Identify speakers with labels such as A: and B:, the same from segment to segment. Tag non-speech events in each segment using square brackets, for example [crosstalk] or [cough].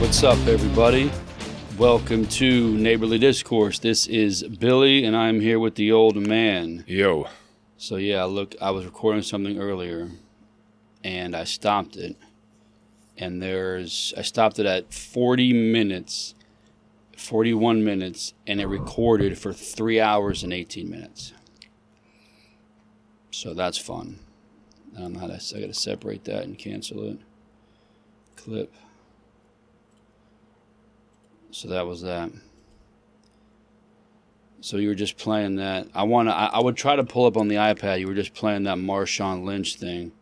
A: What's up, everybody? Welcome to Neighborly Discourse. This is Billy, and I'm here with the old man.
B: Yo,
A: So yeah, look, I was recording something earlier, and I stopped it. And there's, I stopped it at 40 minutes, 41 minutes, and it recorded for three hours and 18 minutes. So that's fun. I don't know how to, I gotta separate that and cancel it. Clip. So that was that. So you were just playing that. I want to. I, I would try to pull up on the iPad. You were just playing that Marshawn Lynch thing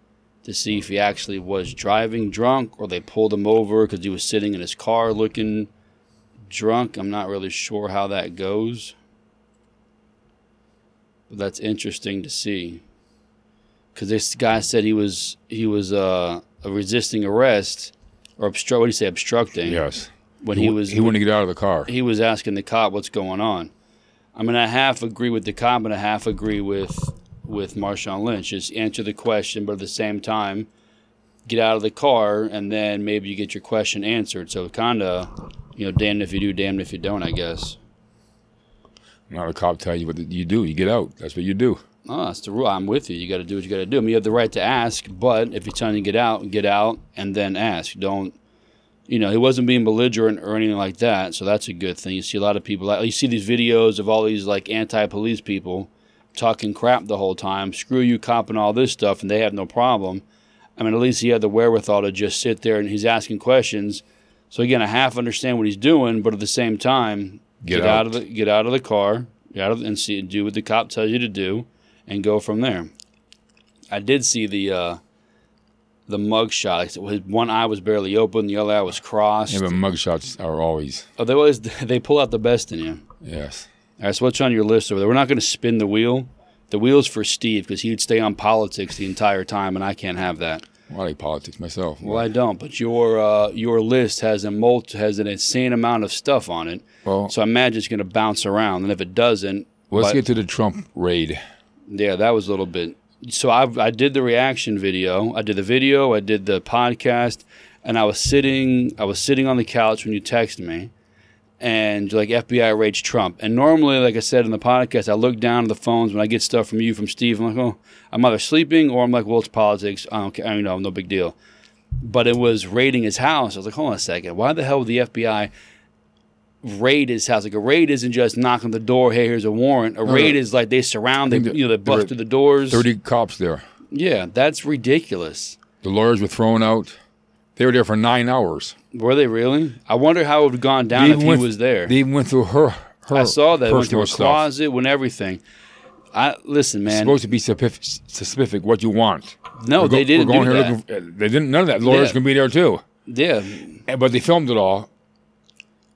A: to see if he actually was driving drunk or they pulled him over because he was sitting in his car looking drunk. I'm not really sure how that goes, but that's interesting to see. Because this guy said he was he was uh, resisting arrest or obstruct. What do you say? Obstructing.
B: yes.
A: When he
B: wou-
A: was
B: he wouldn't get out of the car.
A: he was asking the cop what's going on. I mean, I half agree with the cop and I half agree with with Marshawn Lynch. Just answer the question, but at the same time, get out of the car and then maybe you get your question answered. So kind of, you know, damned if you do, damned if you don't. I guess.
B: Not a cop tell you what you do. You get out. That's what you do.
A: No, that's the rule. I'm with you. You got to do what you got to do. I mean, you have the right to ask, but if you're trying to get out, get out and then ask. Don't, you know, he wasn't being belligerent or anything like that. So that's a good thing. You see a lot of people, you see these videos of all these like anti police people talking crap the whole time, screw you, cop, and all this stuff, and they have no problem. I mean, at least he had the wherewithal to just sit there and he's asking questions. So again, I half understand what he's doing, but at the same time,
B: Get
A: get, out. of the get out of the car, get out of and see do what the cop tells you to do, and go from there. I did see the uh, the mug shot. Like, his one eye was barely open, the other eye was crossed.
B: Yeah, but mugshots are always
A: oh, they always [laughs] they pull out the best in you.
B: yes.
A: All right, so what's on your list over there? We're not going to spin the wheel. The wheel's for Steve because he'd stay on politics the entire time, and I can't have that.
B: Well, I like politics myself.
A: Well, I don't. But your uh, your list has a mult has an insane amount of stuff on it,
B: Well,
A: so I imagine it's going to bounce around. And if it doesn't,
B: let's
A: but-
B: get to the Trump raid.
A: yeah, that was a little bit. So I I did the reaction video. I did the video. I did the podcast, and I was sitting I was sitting on the couch when you texted me, and you're like FBI rage Trump. And normally, like I said in the podcast, I look down at the phones when I get stuff from you from Steve. I'm like, oh, I'm either sleeping or I'm like, well, it's politics. I don't care. You know, no big deal. But it was raiding his house. I was like, hold on a second. Why the hell would the FBI? Raid his house. Like a raid isn't just knocking the door. Hey, here's a warrant. A raid is like they surround. They
B: think that
A: you know they
B: there
A: bust
B: were
A: through the doors.
B: Thirty cops there.
A: Yeah, that's ridiculous.
B: The lawyers were thrown out. They were there for nine hours.
A: Were they really? I wonder how it would have gone down if he
B: went-
A: was there.
B: They even went through her. her
A: I saw that. It went to
B: Oh, personal
A: a
B: stuff.
A: closet, went everything. I listen, man.
B: supposed to be specific, specific what you want.
A: No,
B: We're go-
A: they didn't
B: We're going
A: do
B: here
A: that.
B: Looking, for- they didn't. None of that. Lawyers
A: Yeah.
B: can be there too.
A: yeah,
B: And- But they filmed it all.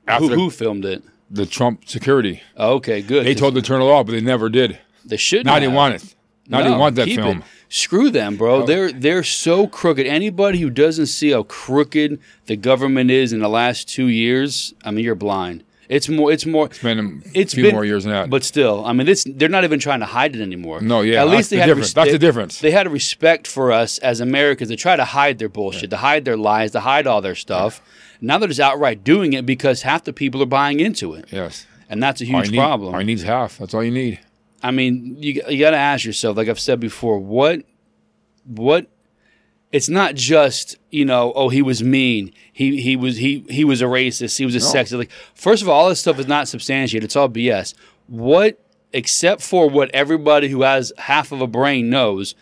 B: After
A: who,
B: the-
A: who filmed it?
B: the Trump security.
A: Oh, okay, good.
B: They
A: 'cause
B: told them to turn it off, but they never did.
A: they should.
B: Now they want it. Now they want that
A: keep
B: film. Oh.
A: It. Screw them, bro. They're they're so crooked. Anybody who doesn't see how crooked the government is in the last two years, I mean, you're blind. It's more. It's more.
B: Spend a
A: It's
B: few
A: been-
B: more years than that.
A: But still, I mean, this they're not even trying to hide it anymore.
B: No, yeah,
A: At
B: that's
A: least they
B: the
A: had
B: difference.
A: res-
B: That's the
A: they-
B: difference.
A: They had a respect for us as Americans. They try to hide their bullshit, to hide their lies, to hide all their stuff. Now they're just outright doing it because half the people are buying into it,
B: yes,
A: and that's a
B: All
A: huge
B: you need-
A: problem.
B: All you need is half. That's all you need.
A: I mean, you you got to ask yourself, like I've said before, what what it's not just you know oh he was mean he he was he he was a racist he was a sexist like first of all all this stuff is not substantiated it's all bs what except for what everybody who has half of a brain knows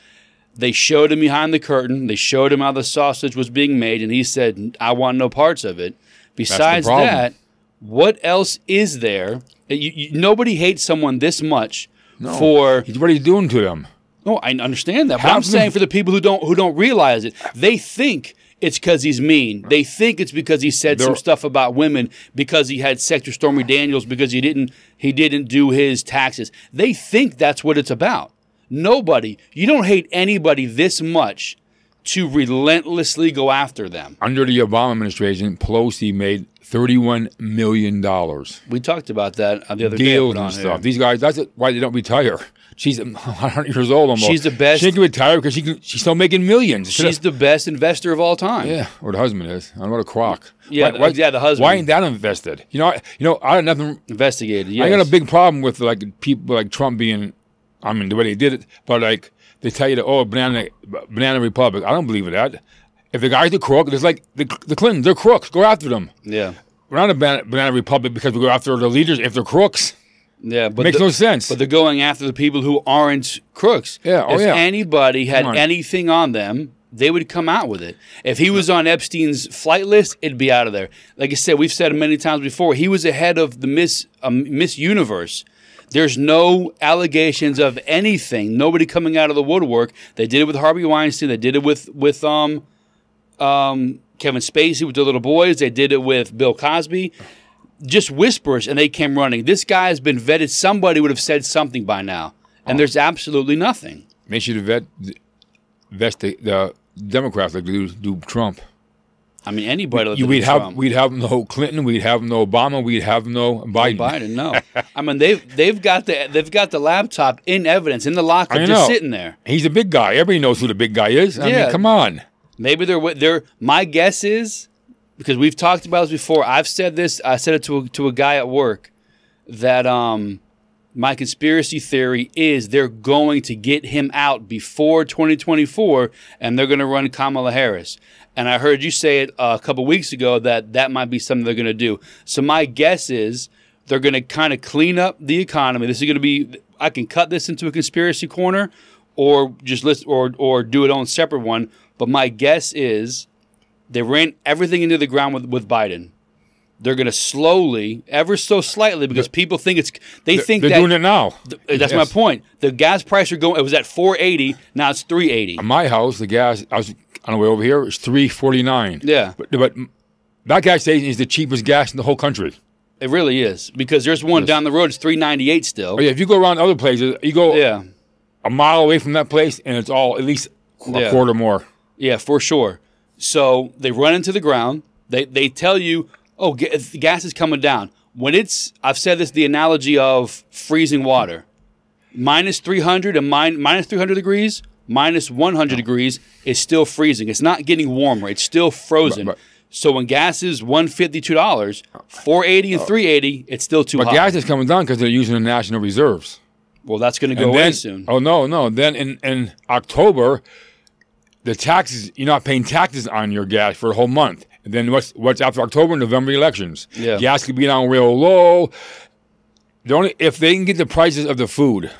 A: they showed him behind the curtain they showed him how the sausage was being made and he said i want no parts of it besides
B: problem.
A: that what else is there Uh, you, you, nobody hates someone this much for
B: He's- what are you doing to them?
A: no, I understand that, but
B: How
A: I'm
B: can-
A: saying for the people who don't who don't realize it, they think it's because he's mean. They think it's because he said some
B: They're-
A: stuff about women, because he had sex with Stormy Daniels, because he didn't he didn't do his taxes. They think that's what it's about. Nobody, you don't hate anybody this much to relentlessly go after them.
B: Under the Obama administration, Pelosi made thirty-one million dollars
A: We talked about that on the other day. I
B: deals
A: put on
B: and
A: here.
B: stuff. These guys, that's it, why they don't retire. She's a hundred years old almost.
A: She's the best-
B: She can retire because she can, she's still making millions. Should've-
A: She's the best investor of all time.
B: Yeah, or the husband is. I don't know what a crock.
A: Yeah,
B: why,
A: the- yeah, the husband.
B: Why ain't that invested? You know, I, you know, I got nothing.
A: Investigated.
B: I got
A: yes.
B: a big problem with like people like Trump being. I mean, the way they did it, but like they tell you that oh, banana, banana republic. I don't believe in that. If the guy's a crook, it's like the, the Clintons. They're crooks. Go after them.
A: Yeah.
B: We're not a banana, banana republic because we go after the leaders if they're crooks.
A: Yeah. But
B: Makes
A: the-
B: no sense.
A: But they're going after the people who aren't crooks.
B: Yeah, oh,
A: if
B: yeah.
A: anybody had
B: Come on.
A: anything on them, they would come out with it. If he was on Epstein's flight list, it'd be out of there. Like I said, we've said it many times before. He was ahead of the Miss um, Miss Universe. There's no allegations of anything. Nobody coming out of the woodwork. They did it with Harvey Weinstein. They did it with with um, um, Kevin Spacey with the little boys. They did it with Bill Cosby just whispers and they came running. This guy has been vetted. Somebody would have said something by now. And there's absolutely nothing.
B: Make sure to vet, vest the, the Democrats like they do, do Trump.
A: I mean, anybody.
B: You, we'd have we'd have no Clinton, we'd have no Obama, we'd have no Biden.
A: Biden.
B: [laughs]
A: No, I mean they've they've got the they've got the laptop in evidence in the lockup,
B: I
A: just
B: know.
A: sitting there.
B: He's a big guy. Everybody knows who the big guy is. I
A: Yeah.
B: mean, come on.
A: Maybe they're wi- they're. My guess is because we've talked about this before. I've said this. I said it to a, to a guy at work that um my conspiracy theory is they're going to get him out before 2024 and they're going to run Kamala Harris. And I heard you say it uh, a couple weeks ago that that might be something they're going to do. So my guess is they're going to kind of clean up the economy. This is going to be I can cut this into a conspiracy corner or just list or or do it on separate one, but my guess is they ran everything into the ground with, with Biden. They're going to slowly, ever so slightly, because people think it's they think
B: They're
A: that
B: doing it now.
A: Uh, that's my
B: Yes.
A: point. The gas price are going. It was at 480. Now it's 380.
B: My house, the gas. I was on the way over here. It's three forty nine.
A: Yeah.
B: but, but that gas station is the cheapest gas in the whole country.
A: It really is because there's one down the road. It's 398 still.
B: Oh yeah, if you go around other places, you go
A: Yeah,
B: a mile away from that place, and it's all at least a
A: Yeah.
B: quarter more.
A: yeah, for sure. So they run into the ground. They they tell you, oh, ga- the gas is coming down. When it's, I've said this, the analogy of freezing water, minus 300 and min- minus 300 degrees, minus 100 degrees is still freezing. It's not getting warmer. It's still frozen.
B: But- but-
A: so when gas is 152 dollars, 480 and 380, it's still too high.
B: Oh. Gas is coming down because they're using the national reserves.
A: Well, that's going to go
B: And
A: away
B: then-
A: soon.
B: Oh no, no. Then in, in October, the taxes you're not paying taxes on your gas for a whole month. And then what's what's after October? November elections.
A: Yeah.
B: Gas could be down real low. The only if they can get the prices of the food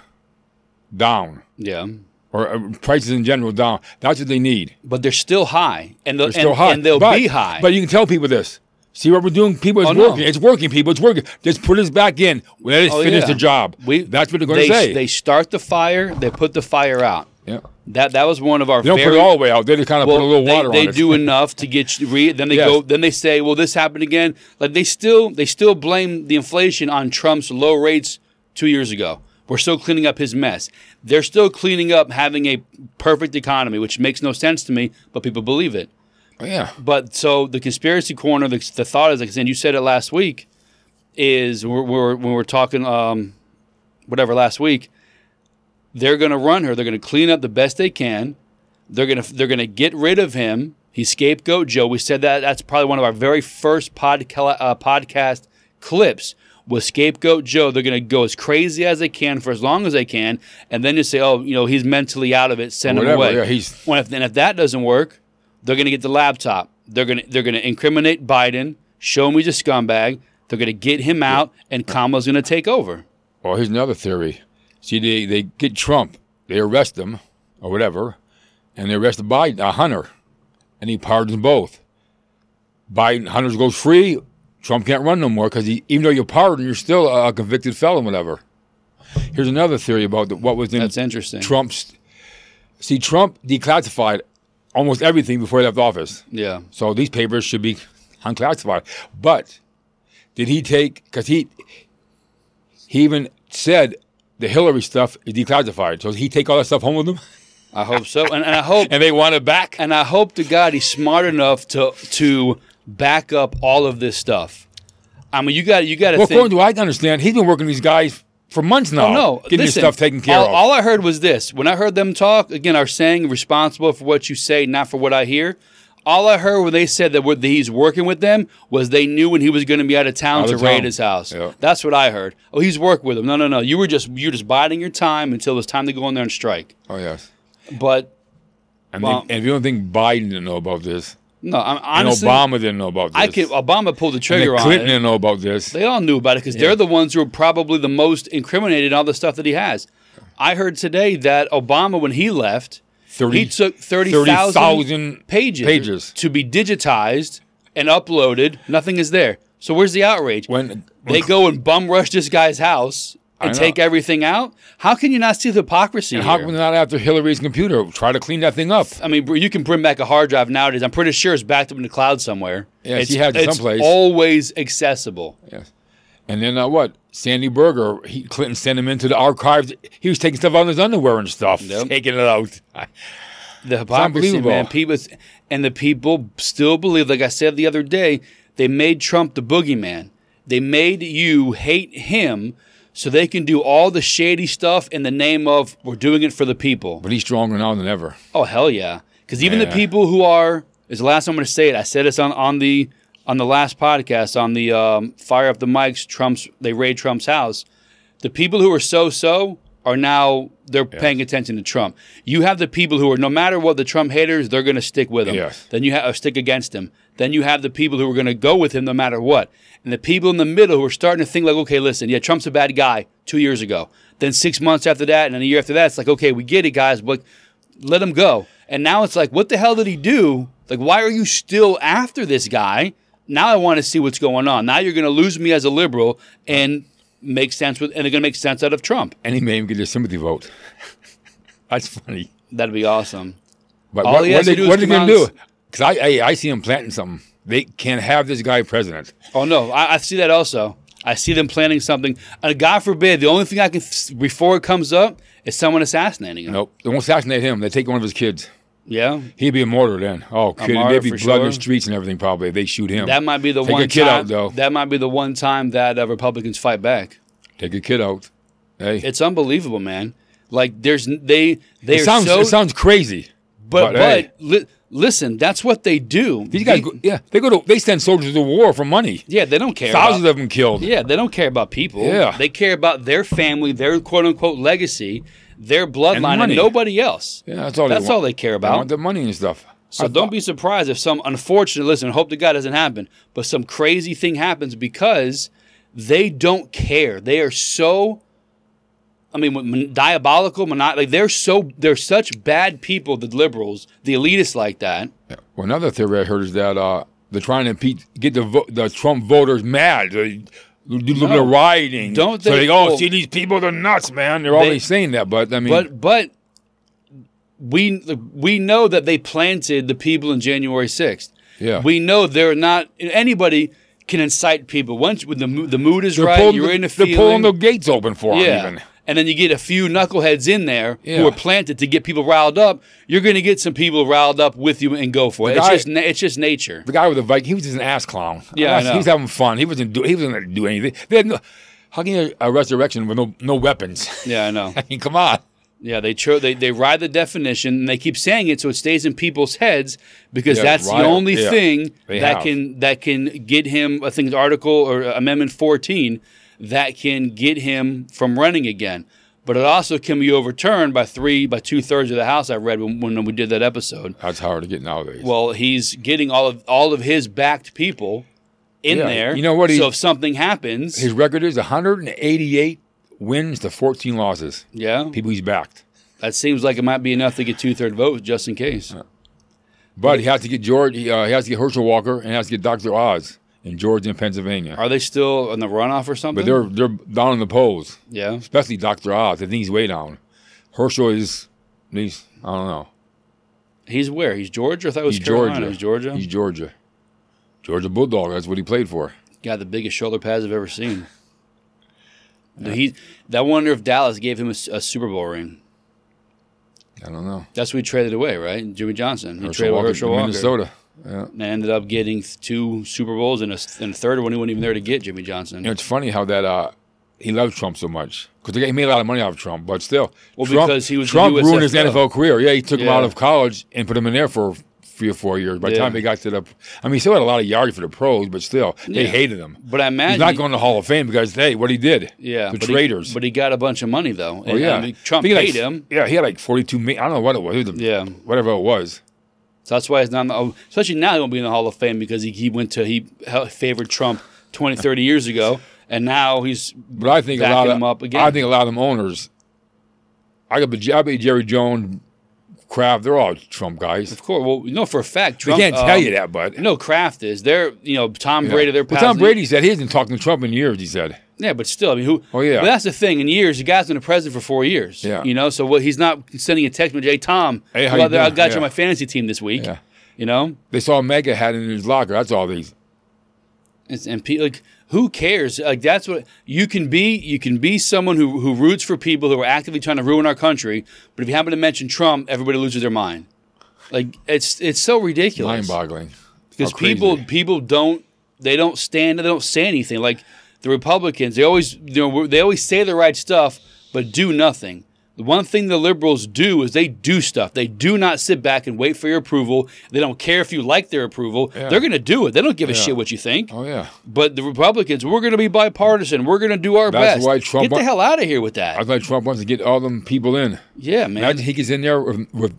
B: down
A: Yeah,
B: or uh, prices in general down, that's what they need.
A: but they're still high, and they'll,
B: They're still
A: and,
B: high,
A: and they'll
B: but,
A: be high.
B: But you can tell people this. See what we're doing? People, it's
A: Oh, no.
B: working. It's working, people. It's working. Just put us back in. Let us
A: Oh,
B: finish
A: yeah.
B: the job.
A: We-
B: that's what they're going
A: they
B: to say.
A: they start the fire, they put the fire out.
B: yeah.
A: That that was one of our
B: They don't
A: very,
B: put it all the way out. They just kind of
A: well,
B: put a little
A: they,
B: water
A: they
B: on it.
A: do enough to get you re, then they
B: Yes.
A: go then they say well this happened again like they still they still blame the inflation on Trump's low rates 2 years ago we're still cleaning up his mess they're still cleaning up having a perfect economy which makes no sense to me but people believe it
B: Yeah.
A: But so the conspiracy corner, the, the thought is, like I said, you said it last week, is we're, we're, when we're talking, um, whatever, last week, they're going to run her. They're going to clean up the best they can. They're going to they're going to get rid of him. He's scapegoat Joe. We said that that's probably one of our very first podca- uh, podcast clips was scapegoat Joe. They're going to go as crazy as they can for as long as they can, and then just say, oh, you know, he's mentally out of it. Send him
B: Whatever,
A: away.
B: yeah, he's-
A: When if, and if that doesn't work, they're going to get the laptop. They're going to they're going to incriminate Biden. Show him he's a scumbag. They're going to get him out, and Kamala's going to take over.
B: Well, here's another theory. See, they, they get Trump, they arrest him or whatever, and they arrest Biden, uh, Hunter, and he pardons both. Biden, Hunter goes free. Trump can't run no more because even though you're pardoned, you're still a convicted felon, whatever. Here's another theory about the, what was in
A: That's interesting.
B: Trump's. See, Trump declassified almost everything before he left office.
A: Yeah.
B: So these papers should be unclassified. But did he take? Because he he even said the Hillary stuff is declassified. So did he take all that stuff home with him?
A: I hope so, and, and I hope
B: and they want it back.
A: and I hope to God he's smart enough to to back up all of this stuff. I mean, you got you got to
B: Well,
A: think.
B: according to what I understand, he's been working these guys for months now.
A: Oh, no,
B: getting
A: listen,
B: his stuff taken care
A: all,
B: of.
A: All I heard was this. When I heard them talk again, are saying responsible for what you say, not for what I hear. All I heard when they said that, what, that he's working with them was they knew when he was going to be out of town
B: Out
A: to
B: of
A: raid
B: town.
A: his house.
B: Yeah.
A: That's what I heard. Oh, he's working with them. No, no, no. You were just you were just biding your time until it was time to go in there and strike.
B: oh yes.
A: But
B: And,
A: Well-
B: they- and if you don't think Biden didn't know about this,
A: no, I'm
B: and
A: honestly.
B: Obama didn't know about this,
A: I could Obama pulled the
B: and
A: trigger on it.
B: Clinton didn't know about this.
A: They all knew about it because they're the ones who are probably the most incriminated in all the stuff that he has. I heard today that Obama, when he left,
B: 30
A: he took 30,000
B: 30,000
A: pages,
B: pages.
A: to be digitized and uploaded. Nothing is there. So where's the outrage?
B: when
A: they go and bum rush this guy's house
B: I
A: and
B: know.
A: take everything out? How can you not see the hypocrisy?
B: how
A: here?
B: come they're not after Hillary's computer? Try to clean that thing up.
A: I mean, br- you can bring back a hard drive nowadays. I'm pretty sure it's backed up in the cloud somewhere.
B: Yes,
A: it's,
B: he has it
A: it's
B: someplace.
A: always accessible.
B: Yes. And then uh, what? Sandy Berger, he, Clinton sent him into the archives. He was taking stuff out of his underwear and stuff,
A: Yep.
B: taking it out.
A: the hypocrisy,
B: unbelievable.
A: man. People, and the people still believe. Like I said the other day, they made Trump the boogeyman. They made you hate him so they can do all the shady stuff in the name of we're doing it for the people.
B: But he's stronger now than ever.
A: Oh hell yeah! Because even the
B: Yeah.
A: people who are is the last time I'm going to say it. I said this on on the on the last podcast on the um, fire up the mics. Trump's they raid Trump's house. The people who are so so are now they're paying attention to Trump. You have the people who are no matter what the Trump haters, they're going to stick with him.
B: Yes.
A: Then you have or stick against him. Then you have the people who are going to go with him no matter what. And the people in the middle who are starting to think like, okay, listen, yeah, Trump's a bad guy two years ago. Then six months after that, and then a year after that, it's like, okay, we get it, guys, but let him go. And now it's like, what the hell did he do? Like, why are you still after this guy? Now I want to see what's going on. Now you're going to lose me as a liberal and make sense with, and they're going to make sense out of Trump.
B: And he made him get a sympathy vote. [laughs] That's funny.
A: That'd be awesome.
B: But
A: All
B: what,
A: he
B: what,
A: has to
B: they,
A: do is
B: what are they
A: come
B: going to
A: out
B: do?
A: and
B: Because I, I, I see him planting something. They can't have this guy president.
A: Oh no, I, I see that also. I see them planning something. And God forbid, the only thing I can th- before it comes up is someone assassinating him.
B: Nope. They won't assassinate him. They take one of his kids.
A: Yeah,
B: He'd be a martyr then. Oh, kid,
A: martyr
B: there'd be
A: for
B: blood in
A: sure.
B: the streets and everything. Probably if they shoot him.
A: that might be the
B: Take
A: one
B: a kid
A: time.
B: out though.
A: That might be the one time that uh, Republicans fight back.
B: Take a kid out. Hey,
A: It's unbelievable, man. Like there's n- they they
B: it
A: are
B: sounds
A: so
B: it sounds crazy.
A: but but,
B: but, hey.
A: li- listen, that's what they do.
B: These guys,
A: They-
B: go, yeah, they go to they send soldiers to war for money.
A: yeah, they don't care. about-
B: Thousands of them killed.
A: Yeah, they don't care about people.
B: Yeah.
A: They care about their family, their quote unquote legacy, their bloodline, and,
B: money.
A: nobody else.
B: Yeah, that's all.
A: That's
B: they want.
A: all they care about.
B: They want the money and stuff.
A: So don't be surprised if some unfortunate, listen, hope to God doesn't happen, but some crazy thing happens because they don't care. They are so, I mean, mon- diabolical, mono- like they're so, they're such bad people, the liberals, the elitists like that.
B: Well, another theory I heard is that uh, they're trying to impeach, get the vo- the Trump voters mad. They do a little bit of rioting.
A: Don't
B: so
A: they-
B: they go, oh,
A: well-
B: see these people? They're nuts, man. They're always saying that, but I mean,
A: But, but we, we know that they planted the people in January 6th.
B: yeah,
A: We know they're not, anybody can incite people. Once when the, mo- the mood is
B: they're
A: right,
B: pulling,
A: you're in a
B: they're
A: feeling.
B: pulling the gates open for 'em
A: Yeah.
B: even.
A: And then you get a few knuckleheads in there
B: Yeah.
A: who are planted to get people riled up. You're going to get some people riled up with you and go for it. It's
B: guy-
A: just na- it's just nature.
B: The guy with the Viking, he was just an ass clown.
A: Yeah, I
B: Honestly,
A: know.
B: he was having fun. He wasn't do, he wasn't gonna do anything. They had no, how can you a resurrection with no no weapons?
A: Yeah, I know.
B: [laughs] I mean, come on.
A: Yeah, they cho- they they ride the definition and they keep saying it so it stays in people's heads because
B: Yeah,
A: that's
B: riot.
A: the only
B: Yeah.
A: thing
B: They
A: that
B: have.
A: can that can get him I think it's article or uh, amendment 14 that can get him from running again. But it also can be overturned by three by two thirds of the house. I read when, when we did that episode.
B: That's hard to get nowadays.
A: Well, he's getting all of all of his backed people in
B: Yeah,
A: there.
B: you know what,
A: So
B: he-
A: if something happens,
B: His record is 188 wins to 14 losses.
A: yeah,
B: People he's backed.
A: that seems like it might be enough to get two third votes just in case.
B: Uh, But he has to get George, he, uh, he has to get Herschel Walker, and he has to get Dr. Oz and George in Pennsylvania.
A: Are they still in the runoff or something?
B: But they're they're down in the polls,
A: yeah.
B: especially Dr. Oz. I think he's way down. Herschel is, he's, I don't know.
A: He's where? He's Georgia. I thought it was
B: He's
A: Carolina.
B: Georgia.
A: He's Georgia.
B: He's Georgia. Georgia Bulldog. That's what he played for.
A: Got the biggest shoulder pads I've ever seen. He. I wonder if Dallas gave him a, s- a Super Bowl ring.
B: I don't know.
A: That's what he traded away, right? Jimmy Johnson. He
B: Herschel
A: traded away
B: Walker
A: Herschel
B: to
A: Walker.
B: Minnesota.
A: And ended up getting th- two Super Bowls and a, s- and a third one. He wasn't even there to get Jimmy Johnson.
B: You know, it's funny how that uh, he loved Trump so much because he made a lot of money off of Trump, but still,
A: Well,
B: Trump,
A: because he was the
B: Trump ruined his
A: USFL.
B: NFL career. Yeah, he took him
A: Yeah.
B: out of college and put him in there for three or four years. By the
A: Yeah.
B: time he got to the, I mean, he still had a lot of yards for the pros, but still, they
A: Yeah.
B: hated him.
A: But I imagine
B: He's not going to the Hall of Fame because hey, what he did,
A: Yeah,
B: the
A: but he-
B: traitors.
A: but he got a bunch of money though.
B: Oh,
A: And,
B: yeah,
A: I mean, Trump
B: He
A: paid
B: had like-
A: him.
B: Yeah, he had like forty-two million. I don't know what it was. It was a-
A: Yeah,
B: whatever it was.
A: so that's why he's not. in the- oh, Especially now he won't be in the Hall of Fame because he, he went to he hel- favored Trump 20, 30 years ago, and now he's
B: But I think a lot
A: Backing
B: of
A: them up again.
B: I think a lot of them owners. I could be, I bet Jerry Jones, Kraft. They're all Trump guys.
A: of course. Well, you know for a fact
B: They
A: Trump
B: can't tell
A: um,
B: you that, but
A: No, Kraft is. They're you know Tom Brady. They're
B: But Tom
A: pals-
B: Brady said he hasn't talked to Trump in years. He said,
A: Yeah, but still, I mean, who?
B: Oh, yeah.
A: But that's the thing. In years, the guy's been a president for four years.
B: Yeah.
A: You know, so what? He's not sending a text message. Hey, Tom,
B: Hey, how
A: well,
B: you doing?"
A: I got you
B: Yeah.
A: on my fantasy team this week.
B: Yeah.
A: You know.
B: they saw Mega had it in his locker. That's all these.
A: It's, and pe- like, who cares? Like, that's what you can be. You can be someone who, who roots for people who are actively trying to ruin our country. But if you happen to mention Trump, everybody loses their mind. Like, it's it's so ridiculous
B: Mind-boggling.
A: because
B: How crazy.
A: people people don't they don't stand they don't say anything. Like the Republicans, they always you know they always say the right stuff but do nothing. The one thing the liberals do is they do stuff. They do not sit back and wait for your approval. They don't care if you like their approval. They're going to do it. They don't give a shit what you think.
B: Oh yeah,
A: But the Republicans, we're going to be bipartisan. We're going to do our
B: That's
A: best.
B: why Trump-
A: Get the hell out of here with that.
B: I thought Trump wants to get all them people in.
A: yeah, man.
B: Imagine he gets in there with. with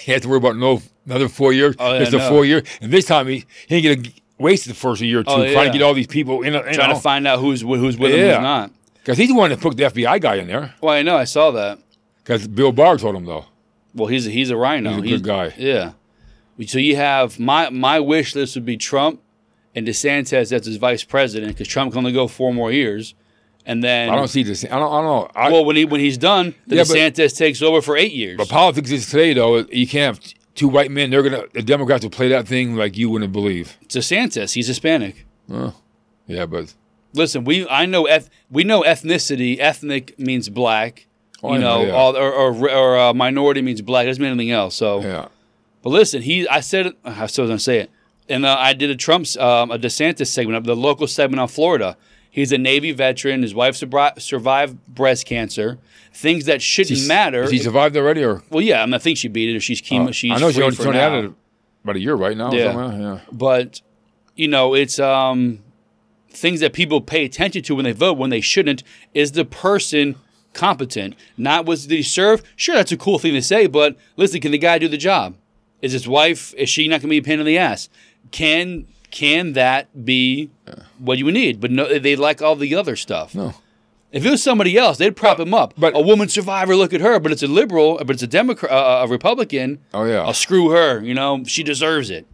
B: he has to worry about no another four years.
A: Oh, yeah,
B: just a
A: no.
B: four year, and this time he he ain't gonna g- waste the first year or two
A: Oh, yeah.
B: trying to get all these people in. in
A: Trying to find out who's who's with him,
B: Yeah.
A: who's not.
B: because he's the one that put the FBI guy in there.
A: Well, I know. I saw that.
B: Because Bill Barr told him though.
A: Well, he's a, he's a rhino.
B: He's a good guy.
A: Yeah. So you have my my wish list would be Trump and DeSantis as his vice president because Trump can only go four more years, and then
B: I don't see this. I don't. I don't know. I,
A: well when he when he's done, the
B: Yeah, but-
A: DeSantis takes over for eight years.
B: But politics is today, though. You can't have t- two white men. They're gonna the Democrats will play that thing like you wouldn't believe.
A: DeSantis, he's Hispanic.
B: Yeah, but
A: Listen, we I know eth- we know ethnicity. Ethnic means black.
B: Oh, I
A: you
B: know,
A: know,
B: yeah.
A: all, or or, or uh, minority means black. It doesn't mean anything else. So,
B: yeah,
A: but listen, he I said it. I still was gonna say it, and uh, I did a Trump's um, a DeSantis segment, the local segment on Florida. He's a Navy veteran. His wife subri- survived breast cancer. Things that shouldn't matter.
B: She survived already, or
A: well, yeah, I, mean, I think she beat it. If she's chemo, she's
B: Uh, I know she
A: free
B: only
A: for
B: turned
A: now
B: out at about a year right now.
A: Yeah.
B: Yeah, yeah.
A: but you know it's um, things that people pay attention to when they vote when they shouldn't is the person competent not was did he serve sure that's a cool thing to say but listen can the guy do the job is his wife is she not going to be a pain in the ass can can that be what you need but no they like all the other stuff
B: No.
A: if it was somebody else they'd prop him up
B: but-
A: a woman survivor look at her but it's a liberal but it's a democrat uh, a republican
B: Oh yeah,
A: i'll screw her you know she deserves it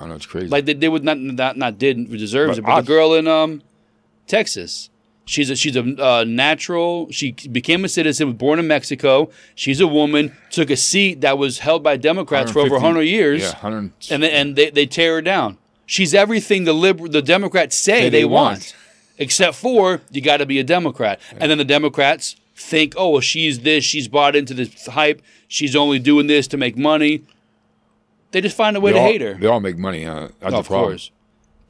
B: I know it's crazy.
A: like they did with not not not did deserves
B: But
A: it, but
B: I-
A: the girl in um Texas, she's a she's a uh, natural. She became a citizen, was born in Mexico. She's a woman, took a seat that was held by Democrats for over
B: 150
A: 100 years,
B: yeah, hundred.
A: and they, and they, they tear her down. She's everything the liber- the Democrats say they,
B: they
A: want.
B: want.
A: except for you got to be a Democrat, and then the Democrats think, oh, well, she's this, she's bought into this hype, she's only doing this to make money. They just find a way
B: They
A: to
B: all,
A: hate her.
B: They all make money. Huh? That's the
A: Of
B: problem.
A: course.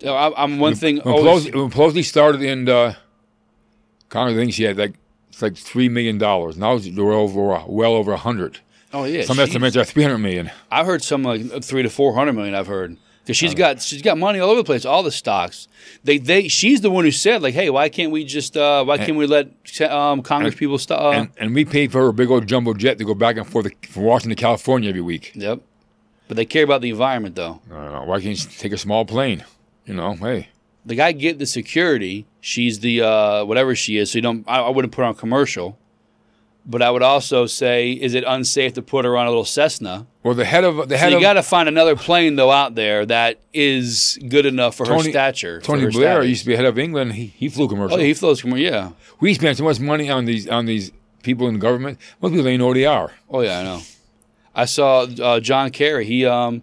A: Uh, I, I'm one thing.
B: When,
A: Always,
B: Pelosi, when Pelosi started in uh, Congress, I think she had like it's like three million dollars. Now they're over well over a hundred.
A: oh yeah,
B: Some
A: she-
B: estimates are three hundred million.
A: I've heard some like three to four hundred million. I've heard because she's got she's got money all over the place. All the stocks. They they she's the one who said like, hey, why can't we just uh, why can't we let um, Congress people stop? Uh,
B: and, and we pay for her a big old jumbo jet to go back and forth from Washington to California every week.
A: yep. But they care about the environment though.
B: I don't know, why can't you take a small plane? You know, hey,
A: The guy get the security. She's the uh, whatever she is. So you don't. I, I wouldn't put her on commercial. But I would also say, is it unsafe to put her on a little Cessna?
B: well the head of the
A: So
B: head
A: you
B: of
A: got to find another plane though out there that is good enough for her
B: Tony-
A: stature. for
B: Tony
A: her
B: Blair
A: status.
B: used to be head of England. He, he flew
A: Oh,
B: commercial.
A: he flows from yeah.
B: we spend so much money on these on these people in government. Most people they know who they are.
A: Oh yeah, I know. I saw uh, John Kerry. He um,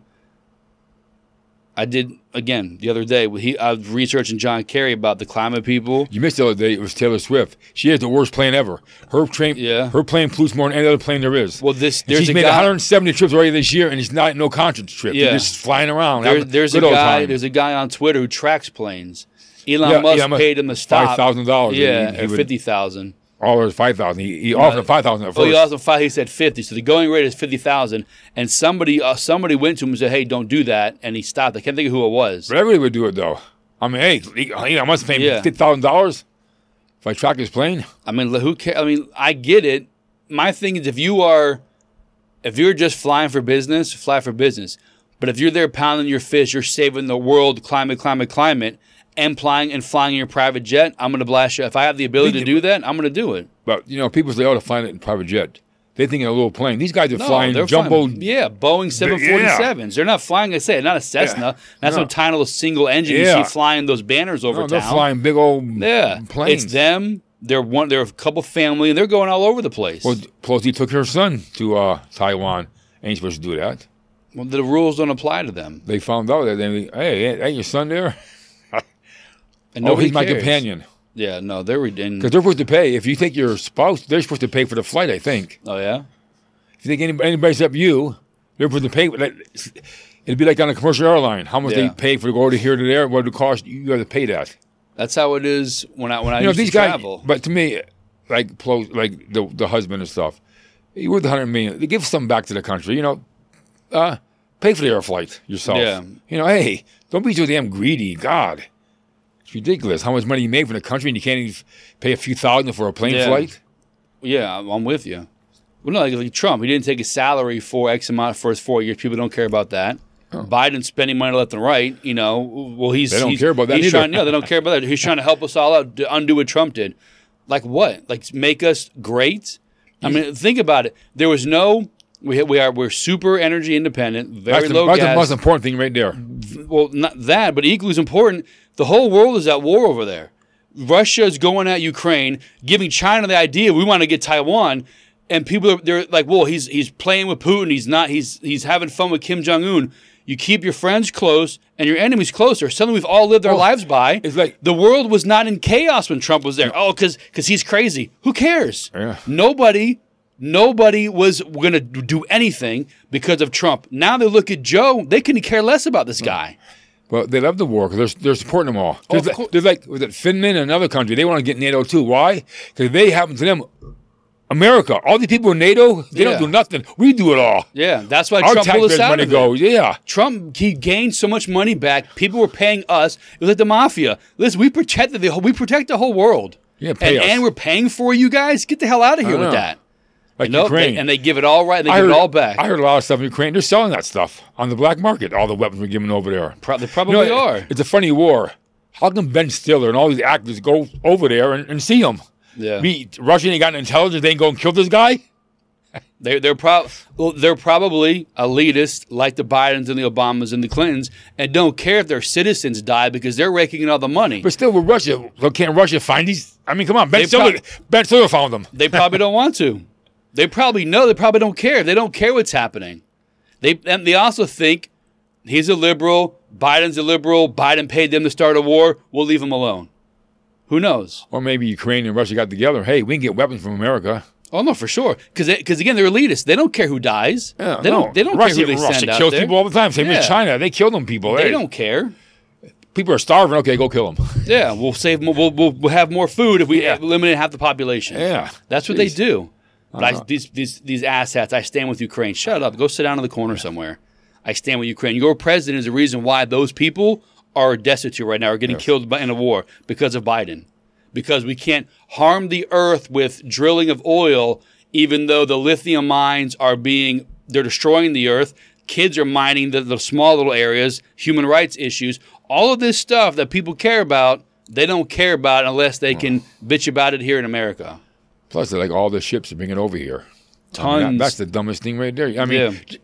A: I did again the other day. He I was researching John Kerry about the climate people.
B: You missed the other day. It was Taylor Swift. She has the worst plane ever. Her plane,
A: Yeah.
B: her plane pollutes more than any other plane there is.
A: Well, this
B: And
A: there's
B: she's
A: a
B: made
A: guy.
B: 170 trips already this year, and it's not no conscience trip.
A: Yeah.
B: They're just flying around.
A: There,
B: having
A: there's a
B: good old
A: guy.
B: time.
A: There's a guy on Twitter who tracks planes. Elon
B: Yeah,
A: Musk
B: Elon Musk,
A: paid him to stop.
B: $5,000.
A: Yeah,
B: He- he
A: or
B: would-
A: fifty thousand.
B: oh, there's five thousand. He, he offered five thousand at
A: Well, Oh, he
B: first.
A: also filed. He said fifty. So the going rate is fifty thousand. And somebody uh, somebody went to him and said, "Hey, don't do that." And he stopped. I can't think of who it was.
B: but everybody would do it though. I mean, hey, he- I must pay
A: Yeah.
B: me fifty thousand dollars if I track his plane.
A: I mean, who cares? I mean, I get it. My thing is, if you are, if you're just flying for business, fly for business. But if you're there pounding your fist, you're saving the world, climate, climate, climate, and flying and flying your private jet. I'm gonna blast you. If I have the ability to do that, I'm gonna do it.
B: But you know, people say, "Oh, to flying it in private jet." They think in a little plane. These guys are
A: No,
B: flying
A: they're
B: jumbo.
A: flying- yeah, Boeing 747s. They're not flying. I say not a Cessna.
B: Yeah.
A: That's
B: No.
A: no tiny little single engine
B: Yeah.
A: you see flying those banners over
B: no, they're
A: town.
B: flying big old
A: yeah,
B: planes.
A: it's them. They're one. They're a couple family, and they're going all over the place.
B: Well, Pelosi took her son to uh, Taiwan. Ain't supposed to do that.
A: Well, the rules don't apply to them.
B: They found out that they, hey, that your son there?
A: And
B: No,
A: nobody
B: Oh, he's my
A: cares.
B: companion.
A: Yeah, no, they're
B: Because
A: ridiculous.
B: they're supposed to pay. If you take your spouse, they're supposed to pay for the flight. I think.
A: Oh yeah,
B: If you think anybody, anybody except you, they're supposed to pay. Like, it'd be like on a commercial airline. How much
A: Yeah.
B: they pay for to go to here to there? What it cost? You got to pay that.
A: that's how it is when I when I
B: You know,
A: used
B: these
A: to
B: guys.
A: travel.
B: But to me, like Pelosi, like the the husband and stuff, you worth a hundred million. They give some back to the country. You know, uh, pay for the air flight yourself.
A: Yeah.
B: You know, hey, don't be so damn greedy. God, it's ridiculous how much money you make for the country and you can't even pay a few thousand for a plane
A: Yeah.
B: flight.
A: yeah, I'm I'm with you. Well, no, like, like Trump, he didn't take a salary for X amount for his four years. People don't care about that. Biden spending money left and right. You know, well, he's
B: They don't
A: he's-
B: care about that
A: he's
B: either.
A: Trying, no, they don't care about that. He's trying to help us all out to undo what Trump did. Like what? Like make us great? I mean, think about it. There was no. We, we are we're super energy independent, very
B: That's, the,
A: low
B: that's the
A: gas.
B: most important thing right there.
A: well, not that, but equally as important, the whole world is at war over there. Russia is going at Ukraine, giving China the idea we want to get Taiwan, and people are they're like, "Well, he's he's playing with Putin. He's not. He's he's having fun with Kim Jong Un." You keep your friends close and your enemies closer. Something we've all lived our lives by.
B: Oh, it's like-
A: the world was not in chaos when Trump was there. Oh, because because he's crazy. Who cares?
B: Yeah.
A: Nobody, nobody was going to do anything because of Trump. Now they look at Joe. They couldn't care less about
B: Mm.
A: this guy.
B: Well, they love the war because they're, they're supporting them all. There's,
A: of
B: like,
A: course.
B: there's like, was it Finland and another country? They want to get NATO too. Why? Because they happen to them. America, all these people in NATO, they
A: Yeah.
B: don't do nothing. We do it all.
A: Yeah, that's why
B: Our
A: Trump pulled
B: taxpayers'
A: us out
B: money
A: of it.
B: goes. Yeah.
A: Trump he gained so much money back. People were paying us. It was like the mafia. Listen, we protected the whole, we protect the whole world.
B: Yeah, pay
A: and,
B: us.
A: and we're paying for you guys. Get the hell out of here
B: know.
A: with that.
B: Like
A: Nope, they-
B: Ukraine.
A: and they give it all right. They
B: I
A: give
B: heard,
A: it all back.
B: I heard a lot of stuff in Ukraine. They're selling that stuff on the black market, all the weapons we're giving over there.
A: Pro- they
B: You
A: probably
B: know,
A: are.
B: It's a funny war. How come Ben Stiller and all these actors go over there and, and see them?
A: Yeah.
B: Me, Russia ain't got intelligence. They ain't go and kill this guy?
A: They, they're prob well, they're probably elitist like the Bidens and the Obamas and the Clintons, and don't care if their citizens die because they're raking in all the money.
B: But still, with Russia, so can't Russia find these? I mean, come on, Ben
A: They
B: Stiller,
A: prob-
B: Ben Stiller found them.
A: they probably don't want to. They probably know. They probably don't care. They don't care what's happening. They and they also think he's a liberal. Biden's a liberal. Biden paid them to start a war. We'll leave him alone. Who knows?
B: Or maybe Ukraine and Russia got together. Hey, we can get weapons from America.
A: Oh no, for sure. Because because again, they're elitists. They don't care who dies. they don't. They don't
B: Russia,
A: care who they
B: Russia
A: send out
B: kills
A: there.
B: people all the time. Same
A: Yeah.
B: as China, they kill them people.
A: They
B: Hey,
A: don't care.
B: People are starving. Okay, go kill them.
A: Yeah, we'll save. More, we'll, we'll we'll have more food if we
B: Yeah.
A: eliminate half the population.
B: Yeah.
A: that's what they
B: Jeez.
A: do. But I, these these these asshats, I stand with Ukraine. Shut up. Go sit down in the corner somewhere. I stand with Ukraine. Your president is the reason why those people are destitute right now, are getting killed by, in a war because of Biden. Because we can't harm the earth with drilling of oil, even though the lithium mines are being they're destroying the earth. Kids are mining the, the small little areas, human rights issues, all of this stuff that people care about, they don't care about unless they can bitch about it here in America.
B: Oh Plus, they're like all the ships are bringing over here. I mean, that-
A: Tons.
B: that's the dumbest thing right there. I mean,
A: Yeah.
B: j-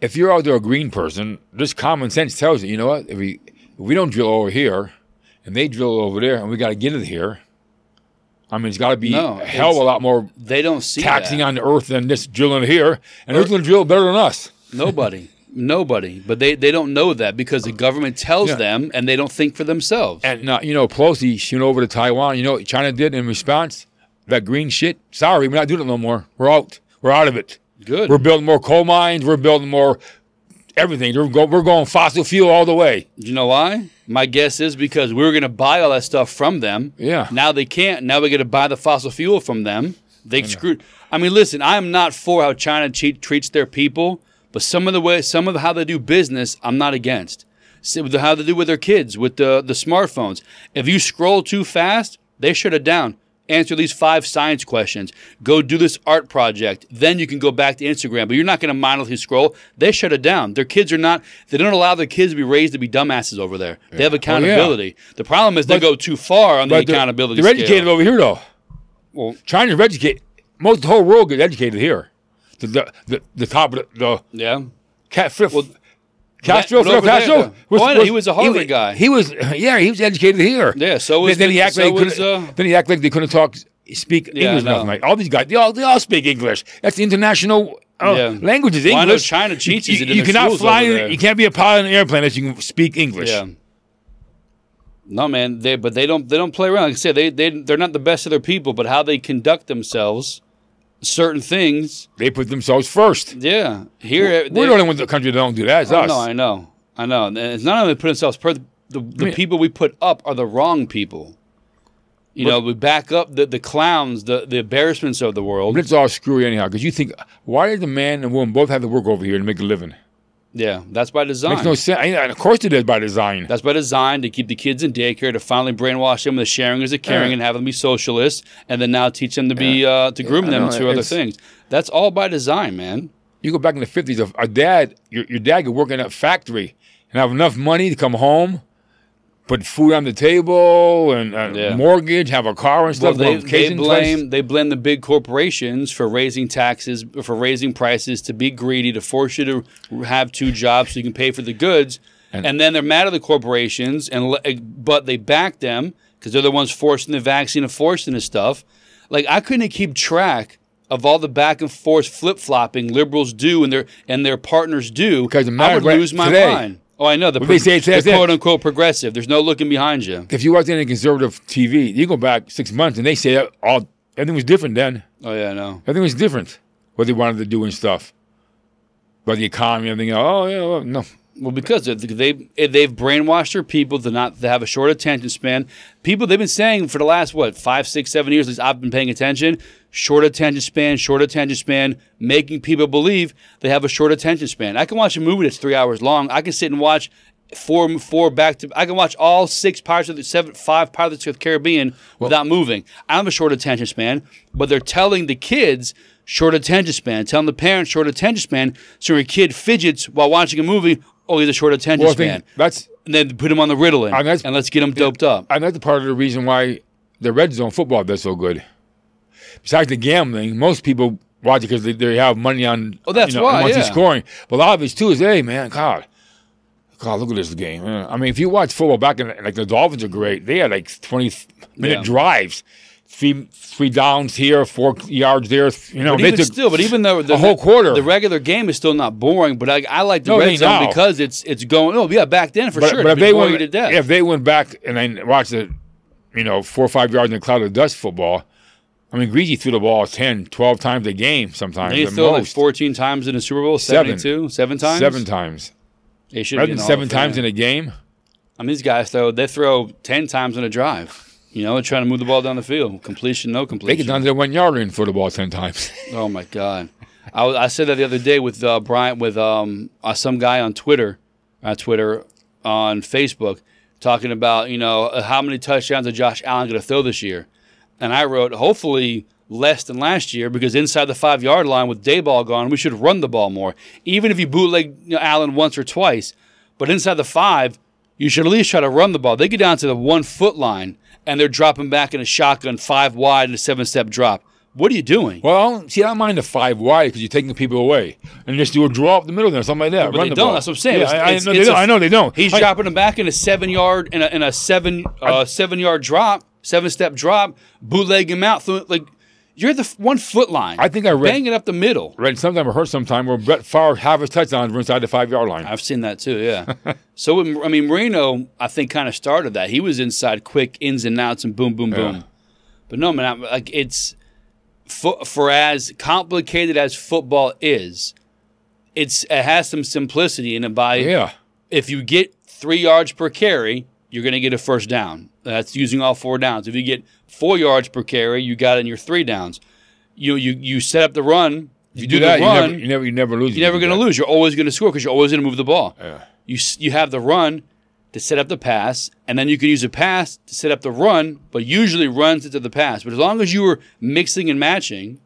B: if you're out there a green person, just common sense tells you, you know what? If we if we don't drill over here, and they drill over there, and we got to get it here. I mean, it's got to be
A: No,
B: a hell of a
A: it's-
B: lot more
A: They don't see
B: taxing [laughs]
A: that.
B: on the earth than this drilling here. And who's going to drill better than us?
A: Nobody. Nobody, but they, they don't know that because the government tells
B: Yeah.
A: them and they don't think for themselves.
B: And uh, you know, Pelosi she went over to Taiwan. You know what China did in response? That green shit. Sorry, we're not doing it no more. We're out. We're out of it.
A: Good.
B: We're building more coal mines. We're building more everything. We're, go- we're going fossil fuel all the way.
A: you know why? My guess is because we were going to buy all that stuff from them.
B: Yeah.
A: Now they can't. Now we're going to buy the fossil fuel from them. They screwed. I mean, listen, I am not for how China cheat, treats their people, but some of the way, some of how they do business, I'm not against. See, with how they do with their kids, with the the smartphones. If you scroll too fast, they shut it down. Answer these five science questions. Go do this art project. Then you can go back to Instagram. But you're not going to mindlessly scroll. They shut it down. Their kids are not. They don't allow their kids to be raised to be dumbasses over there. They have accountability. The problem is they go too far on the
B: they're-
A: accountability.
B: They're
A: scale.
B: educated over here, though.
A: Well-
B: China's educated. Most of the whole world gets educated here. The the, the, the top of the, the
A: Yeah.
B: Ca- Fidel- Castro,
A: that- but
B: Fidel
A: over there,
B: Castro.
A: though. Oh, I know, he was a Harvard guy.
B: He was, yeah, he was educated here.
A: Yeah, so
B: Then-
A: was
B: then
A: the-
B: he acted
A: so
B: like he
A: was,
B: couldn't-
A: uh,
B: then he acted like they couldn't talk, speak
A: Yeah,
B: English,
A: no.
B: nothing like. All these guys, they all they all speak English. That's the international uh,
A: Yeah.
B: language is English.
A: Well, I know China teaches
B: you,
A: it
B: You,
A: in
B: you
A: their
B: cannot
A: schools
B: fly.
A: over there.
B: You can't be a pilot in an airplane unless you can speak English.
A: Yeah. No man, they but they don't they don't play around. Like I said, they they they're not the best of their people, but how they conduct themselves, certain things.
B: They put themselves first.
A: Yeah, here they, Oh,
B: We're the only ones in the country that don't do that. It's us.
A: No, I know, I know. And it's not only they put themselves per the, the
B: mean-
A: people we put up are the wrong people. You know, we back up the, the clowns, the, the embarrassments of the world.
B: But it's all screwy anyhow. Because you think, why did the man and woman both have to work over here to make a living?
A: Yeah, that's by design.
B: Makes no sense. I- and of course it is by design.
A: That's by design to keep the kids in daycare to finally brainwash them with sharing is a caring
B: Yeah.
A: and have them be socialists, and then now teach them to be uh, to groom
B: I
A: them
B: know,
A: to other
B: it's-
A: things. That's all by design, man.
B: You go back in the fifties. If a dad, your, your dad could work in a factory and have enough money to come home, put food on the table, and a
A: Yeah.
B: mortgage, have a car and
A: Well,
B: stuff. go
A: they,
B: on
A: they
B: vacation twice.
A: blame they blame the big corporations for raising taxes, for raising prices, to be greedy, to force you to have two jobs so you can pay for the goods, and,
B: And-
A: then they're mad at the corporations, and le- eh, but they back them because they're the ones forcing the vaccine and forcing this stuff. Like I couldn't keep track of all the back and forth flip flopping liberals do and their and their partners do.
B: Because the
A: I would
B: Democrat-
A: lose my
B: today-
A: mind. Oh, I know the,
B: they say, it says
A: the
B: that-
A: quote unquote progressive. There's no looking behind you.
B: If you watch any conservative TV, you go back six months and they say that all everything was different then.
A: Oh yeah, I know.
B: Everything was different. What they wanted to do and stuff, about the economy, everything. Oh yeah, well, no.
A: Well, because they they- they've brainwashed their people to not to have a short attention span. People they've been saying for the last what five, six, seven years, at least I've been paying attention. Short attention span, short attention span, making people believe they have a short attention span. I can watch a movie that's three hours long. I can sit and watch four four back to. I can watch all six Pirates of the seven five Pirates of the Caribbean without moving. I have a short attention span, but they're telling the kids short attention span, telling the parents short attention span. So your kid fidgets while watching a movie. Oh, he's a short attention
B: Well, I
A: span.
B: think that's
A: and then put him on the Ritalin,
B: I mean, that's-
A: and let's get him doped up.
B: and that's part of the reason why the red zone football does so good. Besides the gambling, most people watch it because they, they have money on.
A: Oh, that's
B: you know,
A: why,
B: Once
A: yeah.
B: he's scoring, but a lot of it's too is hey man, God, God, look at this game. man." I mean, if you watch football back in like the Dolphins are great. They had like twenty minute
A: Yeah.
B: drives, three three downs here, four yards there. You know,
A: But
B: they
A: even
B: took
A: still, but even though the
B: a whole quarter.
A: the regular game is still not boring. But I, I like the
B: No, it
A: red
B: ain't
A: zone
B: now.
A: because it's it's going. Oh yeah, back then for
B: but,
A: sure.
B: but if
A: it'd be
B: they
A: boring
B: went
A: to death.
B: if they went back and then watched the, you know, four or five yards in a cloud of dust football. I mean, Greasy threw the ball 10, 12 times a game sometimes.
A: They
B: at
A: throw like
B: most.
A: 14 times in a Super Bowl,
B: Seven.
A: 72, seven times.
B: Seven times.
A: They should
B: Rather than seven times in a game.
A: I mean, these guys though, they throw 10 times in a drive. You know, they're trying to move the ball down the field. Completion, no
B: They get
A: completion.
B: down to their one yard and throw the ball ten times. [laughs]
A: Oh my god, I, was- I said that the other day with uh, Brian with um uh, some guy on Twitter, uh, Twitter on Facebook, talking about you know uh, how many touchdowns is Josh Allen going to throw this year, and I wrote hopefully less than last year because inside the five yard line with Dayball gone, we should run the ball more. Even if you bootleg you know, Allen once or twice, but inside the five, you should at least try to run the ball. They get down to the one foot line and they're dropping back in a shotgun five wide and a seven step drop. What are you doing?
B: well, I don't, see, I don't mind the five wide because you're taking people away and just do a draw up the middle there, something like that.
A: But
B: run
A: they
B: the
A: don't.
B: ball.
A: That's what I'm saying.
B: Yeah,
A: It's-
B: I, I
A: it's-
B: know they
A: it's a-
B: don't. I know they don't.
A: He's
B: I-
A: dropping them back in a seven yard in a, in a seven uh, seven yard drop, seven step drop, bootleg him out. Through, like You're the f- one foot line.
B: I think I read-
A: bang it up the middle.
B: Read sometime or heard sometime where Brett Favre half his touchdowns were inside the five yard line.
A: I've seen that too. Yeah.
B: [laughs]
A: so when- I mean, Marino, I think kind of started that. He was inside, quick ins and outs, and boom, boom, boom.
B: Yeah.
A: But no, man, I'm, like it's for, for as complicated as football is, it's it has some simplicity in it. By
B: yeah.
A: if you get three yards per carry, you're going to get a first down. That's using all four downs. If you get four yards per carry, you got it in your three downs. You you you set up the run. If you, do,
B: that,
A: the run,
B: you never, you never, you never lose. if you
A: you're never
B: do
A: going to
B: that.
A: lose. You're always going to score because you're always going to move the ball.
B: Yeah.
A: You s- you have the run to set up the pass, and then you can use a pass to set up the run, but usually runs into the pass. But as long as you were mixing and matching,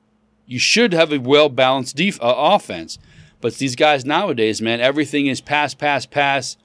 A: you should have a well balanced def- uh, offense. But these guys nowadays, man, everything is pass, pass, pass,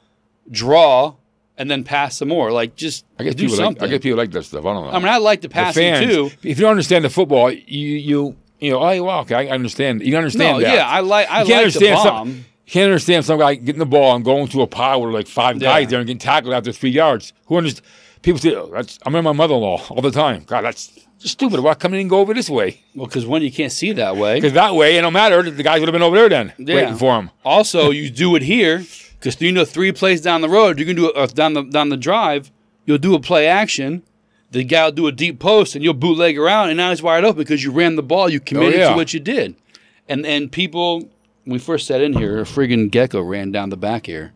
A: draw, and then pass some more. Like just
B: I guess
A: do
B: people
A: something.
B: like. I guess people like that stuff. I don't know.
A: I mean, I like the
B: The
A: passing
B: fans,
A: too.
B: If you don't understand the football, you you you know. Oh, wow, okay, I understand. You
A: No,
B: understand that.
A: yeah, I like I like
B: You can't
A: the
B: understand
A: bomb.
B: some. you Can't understand some guy getting the ball and going to a pile with like five
A: Yeah.
B: guys there and getting tackled after three yards. Who understands? People say, oh, "That's." I remember my mother-in-law all the time. God, that's stupid. Why come in and go over this way?
A: Well, because one, you can't see that way.
B: Because that way, it don't matter. The guys would have been over there then,
A: Yeah.
B: waiting for him.
A: Also, you do it here because you know three plays down the road, you can do it uh, down the down the drive. You'll do a play action. The guy will do a deep post, and you'll bootleg around, and now he's wide open because you ran the ball. You committed
B: yeah.
A: to what you did, and and people when we first sat in here, a friggin' gecko ran down the back here.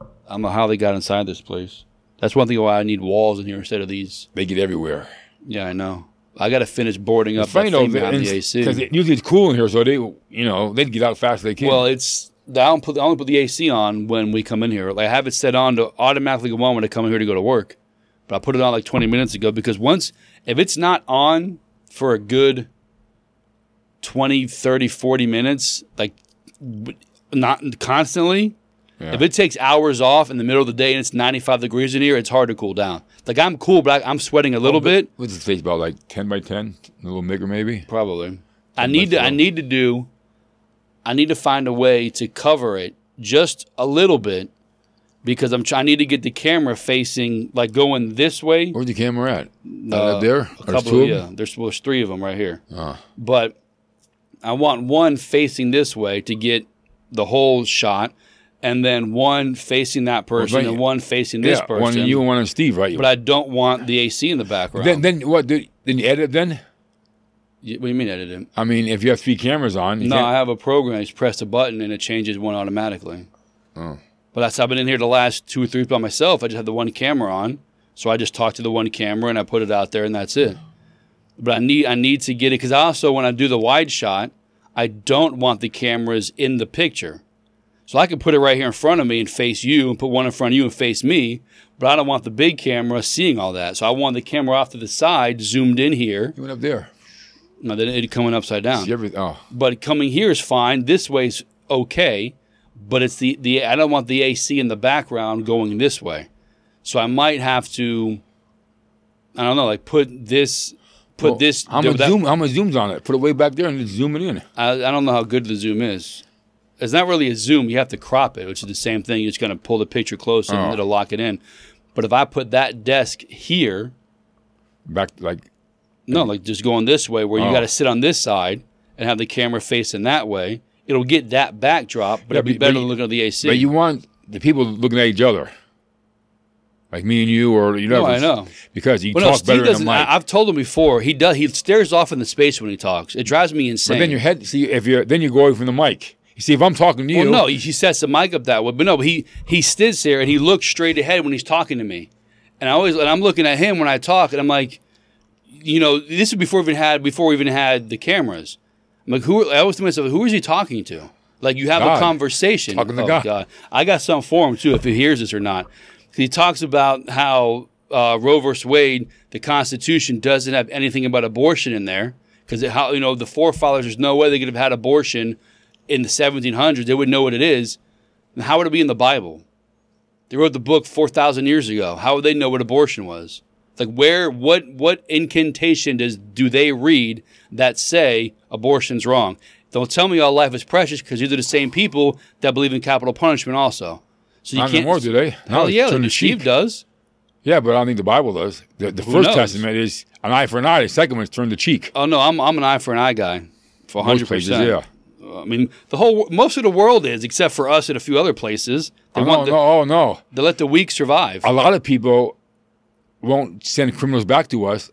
A: I don't know how they got inside this place. That's one thing why I need walls in here instead of these.
B: They get everywhere.
A: Yeah, I know. I got to finish boarding up
B: Funny
A: that
B: though,
A: thing behind the
B: because
A: AC.
B: usually it's cool in here, so they, you know, they'd get out as fast as they can.
A: Well, it's I don't put I only put the AC on when we come in here. Like I have it set on to automatically go on when I come in here to go to work. But I put it on like 20 minutes ago because once if it's not on for a good 20, 30, 40 minutes, like w- not constantly.
B: Yeah.
A: If it takes hours off in the middle of the day and it's 95 degrees in here, it's hard to cool down. Like I'm cool, but I, I'm sweating a little bit.
B: What's his face about like ten by ten, a little bigger maybe?
A: Probably. I need to.
B: so.
A: I need to do. I need to find a way to cover it just a little bit because I'm. Try- I need to get the camera facing like going this way.
B: Where's the camera at? Not
A: Uh,
B: up there.
A: A
B: There's
A: couple. Of,
B: two of
A: yeah.
B: them?
A: There's well, there's three of them right here.
B: Ah.
A: But I want one facing this way to get the whole shot, and then one facing that person,
B: right-
A: and one facing
B: Yeah,
A: this person.
B: one on you and one on Steve, right?
A: but I don't want the AC in the background.
B: then, then what? Did, then you edit then?
A: Y- what do you mean edit it?
B: I mean, if you have three cameras on, you
A: No, I
B: can't-
A: have a program. You just press a button and it changes one automatically. But that's I've been in here the last two or three by myself. I just have the one camera on, so I just talk to the one camera and I put it out there and that's it. But I need I need to get it because also when I do the wide shot, I don't want the cameras in the picture. So I can put it right here in front of me and face you, and put one in front of you and face me. But I don't want the big camera seeing all that. So I want the camera off to the side, zoomed in here.
B: you went up there.
A: Now then it coming upside down
B: See everything. Oh,
A: but coming here is fine. This way's okay, but it's the the I don't want the AC in the background going this way, so I might have to, I don't know, like put this, put
B: Well,
A: this.
B: How
A: do
B: much
A: that-
B: zoom? How much zooms on it? Put it way back there and just zoom it in.
A: I, I don't know how good the zoom is. It's not really a zoom. You have to crop it, which is the same thing. You're just going to pull the picture close and
B: Oh.
A: it'll lock it in. But if I put that desk here,
B: Back like
A: No, like just going this way where you
B: Oh.
A: got to sit on this side and have the camera facing that way. It'll get that backdrop, but
B: Yeah,
A: it'll be
B: but-
A: better
B: but
A: than
B: you-
A: looking at the AC.
B: But you want the people looking at each other, like me and you, or you know.
A: No, I know.
B: Because you
A: Well, no,
B: talk
A: Steve
B: better than
A: doesn't.
B: Mike.
A: I, have told him before. He does. He stares off in the space when he talks. It drives me insane.
B: but then your head. See if you are then you go away from the mic. You see if I'm talking to you.
A: well, no, he, he sets the mic up that way. But no, he he sits there and he looks straight ahead when he's talking to me, and I always and I'm looking at him when I talk, and I'm like, you know, this is before we even had before we even had the cameras. I'm like, who? I always think to myself, who is he talking to? Like you have a
B: God.
A: conversation.
B: Talking to
A: oh,
B: God.
A: I got some for him too, if he hears this or not. He talks about how uh, Roe versus Wade, the Constitution doesn't have anything about abortion in there because how you know the forefathers. There's no way they could have had abortion in the 1700s. They wouldn't know what it is. And How would it be in the Bible? They wrote the book 4,000 years ago. How would they know what abortion was? Like where, what, what incantation does do they read that say abortion's wrong? Don't tell me all life is precious because these are the same people that believe in capital punishment also. So you
B: Not
A: can't.
B: anymore, do they?
A: Hell
B: they
A: yeah,
B: turn
A: the
B: the
A: Steve
B: cheek.
A: does.
B: Yeah, but I don't think the Bible does. The, the
A: Who
B: First
A: knows?
B: Testament is an eye for an eye. The second one's turn the cheek.
A: Oh no, I'm I'm an eye for an eye guy, for
B: Most
A: hundred
B: places,
A: percent.
B: yeah.
A: I mean, the whole most of the world is, except for us and a few other places. They
B: Oh,
A: want
B: no,
A: the,
B: no, oh, no.
A: they let the weak survive.
B: A lot of people won't send criminals back to us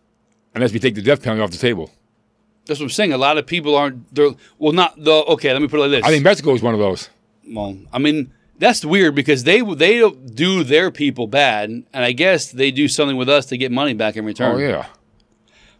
B: unless we take the death penalty off the table.
A: That's what I'm saying. A lot of people aren't. They're well, not the. Okay, let me put it like this.
B: I think Mexico is one of those. Oh,
A: well, I mean that's weird because they they don't do their people bad, and I guess they do something with us to get money back in return.
B: Oh, yeah.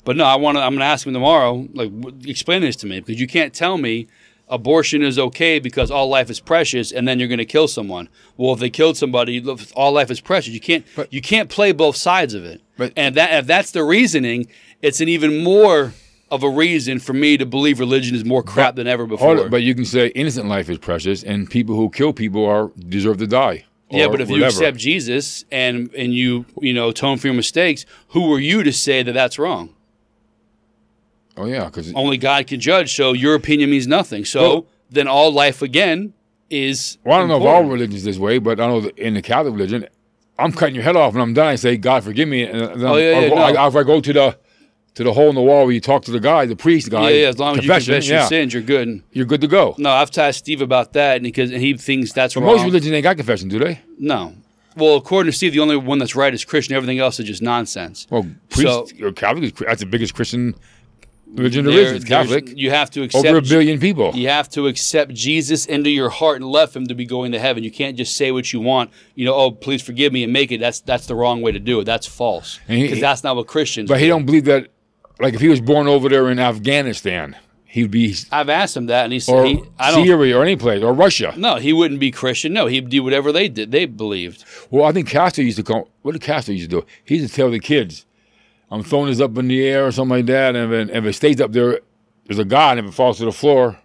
A: But no, I want to. I'm going to ask him tomorrow. Like, w- explain this to me because you can't tell me abortion is okay because all life is precious, and then you're going to kill someone. Well, if they killed somebody, look, all life is precious. You can't.
B: But-
A: you can't play both sides of it.
B: But-
A: and if that if that's the reasoning, it's an even more of a reason for me to believe religion is more crap than ever before.
B: All- but you can say innocent life is precious, and people who kill people are deserve to die.
A: yeah,
B: or
A: but if you
B: whatever.
A: accept Jesus and and you you know atone for your mistakes, who are you to say that that's wrong?
B: oh yeah, because
A: only God can judge. So your opinion means nothing. So
B: Well-
A: then all life again is.
B: Well, I don't know if all
A: important.
B: religions this way, but I know that in the Catholic religion, I'm cutting your head off and I'm done. I say, God forgive me. And then
A: Oh, yeah,
B: I'll
A: yeah,
B: go,
A: no.
B: I, if I go to the to the hole in the wall where you talk to the guy, the priest guy,
A: Yeah, yeah. As long as you
B: confession,
A: confess your sins, you're good.
B: you're good to go.
A: No, I've asked Steve about that, and because and he thinks that's wrong.
B: Most religions ain't got confession, do they?
A: no. Well, according to Steve, the only one that's right is Christian. Everything else is just nonsense.
B: Well,
A: So-
B: priest or Catholic is that's the biggest Christian religion there
A: There-
B: is. It's
A: there's-
B: Catholic,
A: You have to accept.
B: over a billion people.
A: You have to accept Jesus into your heart and love Him to be going to heaven. You can't just say what you want. You know, oh, please forgive me and make it. That's that's the wrong way to do it. That's false
B: And he-
A: because that's not what Christians.
B: But
A: do.
B: he don't believe that. Like if he was born over there in Afghanistan, he'd be
A: I've asked him that, and he said,
B: or
A: he, "I don't
B: Syria or any place or Russia.
A: No, he wouldn't be Christian. No, he'd do whatever they did. They believed.
B: Well, I think Castro used to come. What did Castro used to do? He used to tell the kids, "I'm throwing this up in the air or something like that, and if it, if it stays up there, there's a God. And if it falls to the floor,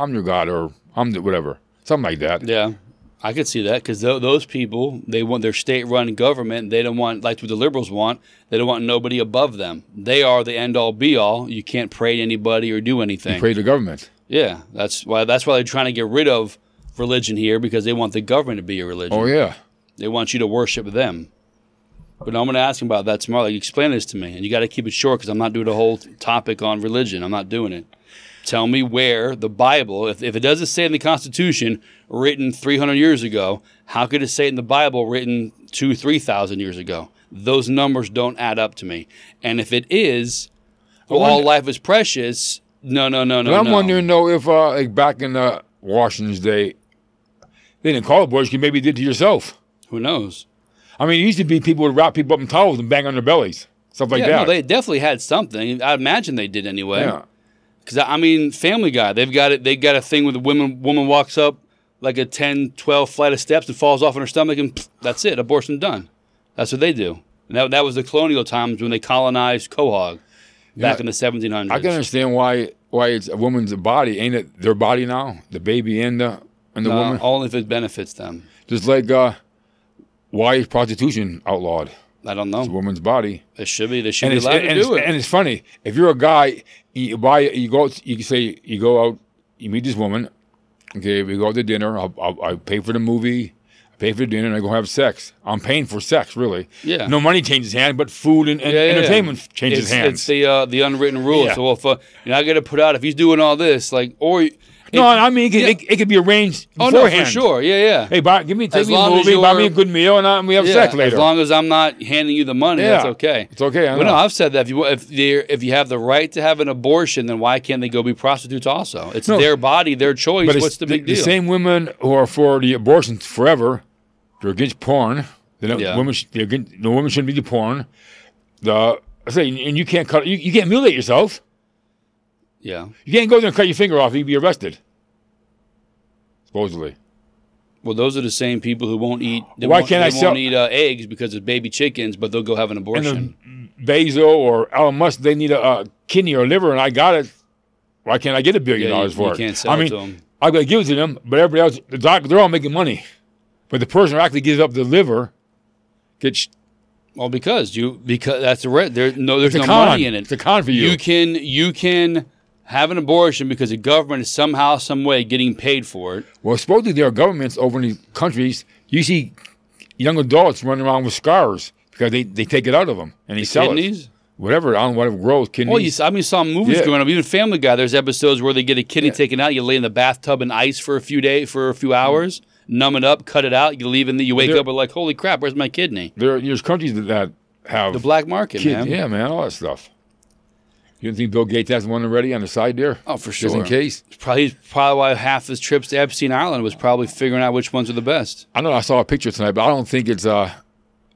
B: I'm your God, or I'm the whatever, something like that."
A: Yeah, I could see that because th- those people they want their state-run government. They don't want like what the liberals want. They don't want nobody above them. They are the end-all, be-all. You can't pray to anybody or do anything.
B: Pray to the government.
A: yeah, that's why. That's why they're trying to get rid of religion here because they want the government to be your religion.
B: Oh yeah,
A: They want you to worship them. But I'm going to ask him about that tomorrow. Like, explain this to me. And you got to keep it short because I'm not doing a whole topic on religion. I'm not doing it. Tell me where the Bible, if, if it doesn't say it in the Constitution written 300 years ago, how could it say it in the Bible written two, 3,000 years ago? Those numbers don't add up to me. And if it is, all
B: wonder-
A: life is precious. No, no, no, no.
B: but I'm
A: no.
B: wondering though if uh, like back in uh, Washington's day, they didn't call it abortion. You maybe did to yourself.
A: Who knows?
B: I mean, it used to be people would wrap people up in towels and bang on their bellies, stuff like
A: Yeah,
B: that.
A: no, they definitely had something. I imagine they did anyway.
B: yeah.
A: Because I mean, Family Guy, they've got it. They got a thing with a woman. Woman walks up like a 10, 12 flight of steps and falls off on her stomach, and pfft, that's it. Abortion done. That's what they do. And that, that was the colonial times when they colonized Quahog back
B: Yeah.
A: in the seventeen
B: I can
A: hundreds.
B: understand why why it's a woman's body. Ain't it their body now? The baby and the and the
A: Uh,
B: woman.
A: only if it benefits them.
B: Just like uh, why is prostitution outlawed?
A: I don't know.
B: A woman's body.
A: It should be. They should
B: And
A: be
B: it's,
A: allowed
B: and,
A: to do
B: it's,
A: it.
B: and it's funny. If you're a guy, you buy you go out- you can say you go out, you meet this woman. Okay, we go out to dinner. I'll, I'll, I pay for the movie. I pay for the dinner, and I go have sex. I'm paying for sex, really.
A: Yeah.
B: No money changes hands, but food and, and
A: Yeah, yeah, yeah.
B: entertainment changes
A: it's,
B: hands.
A: It's the uh, the unwritten rule.
B: Yeah.
A: So if uh, you know, I got to put out if he's doing all this, like or
B: no, I mean it, could-
A: yeah.
B: it, it could be arranged
A: oh
B: beforehand.
A: no, for sure, yeah, yeah.
B: Hey, buy, give me take
A: As
B: me a
A: long as
B: movie, buy me a
A: you're-
B: good meal, and, I, and we have sex later.
A: As long as I'm not handing you the money, that's
B: Yeah.
A: okay.
B: It's okay, I
A: Well, no,
B: know.
A: I've said that. If you if they if you have the right to have an abortion, then why can't they go be prostitutes also? It's
B: No.
A: their body, their choice.
B: but it's
A: What's the big
B: the
A: deal?
B: same women who are for the abortion forever, they're against porn. They don't,
A: Yeah.
B: women, sh- they're against, no women shouldn't be the porn. The I say, and you can't cut, you, you can't mutilate yourself.
A: yeah.
B: You can't go there and cut your finger off. You'd be arrested. Supposedly,
A: Well, those are the same people who won't eat. They
B: Why
A: won't,
B: can't
A: they
B: I
A: won't
B: sell-
A: eat uh, eggs because it's baby chickens, but they'll go have an
B: and
A: abortion.
B: then Bezos or Elon Musk, they need a, uh kidney or liver, and I got it. Why can't I get a billion
A: Yeah, you-
B: dollars for
A: you
B: it?
A: can't sell
B: I
A: it
B: mean,
A: to 'em.
B: I'm going to give it to them, but everybody else, the doctor, they're all making money. But the person who actually gives up the liver gets
A: well, because you because that's the re- there no there's
B: the
A: no
B: con.
A: money in it.
B: It's a con for you.
A: You can you can have an abortion because the government is somehow some way getting paid for it.
B: well, supposedly there are governments over in these countries. You see young adults running around with scars because they, they take it out of him and he sells
A: Kidneys?
B: whatever on whatever grows kidneys.
A: Well, Oh, you, s- I mean, some movies
B: Yeah.
A: growing up, even Family Guy. There's episodes where they get a kidney taken out. You lay in the bathtub in ice for a few days, for a few hours, numb it up, cut it out. You leave, and then you wake
B: Mm-hmm. They're-
A: up and like, holy crap, where's my kidney?
B: there there's countries that- that have
A: The black market,
B: kid-
A: man.
B: Yeah, man, all that stuff. You don't think Bill Gates has one already on the side there?
A: Oh, for sure.
B: Just in case.
A: It's probably probably why half his trips to Epstein Island was probably figuring out which ones are the best.
B: I know I saw a picture tonight, but I don't think it's uh,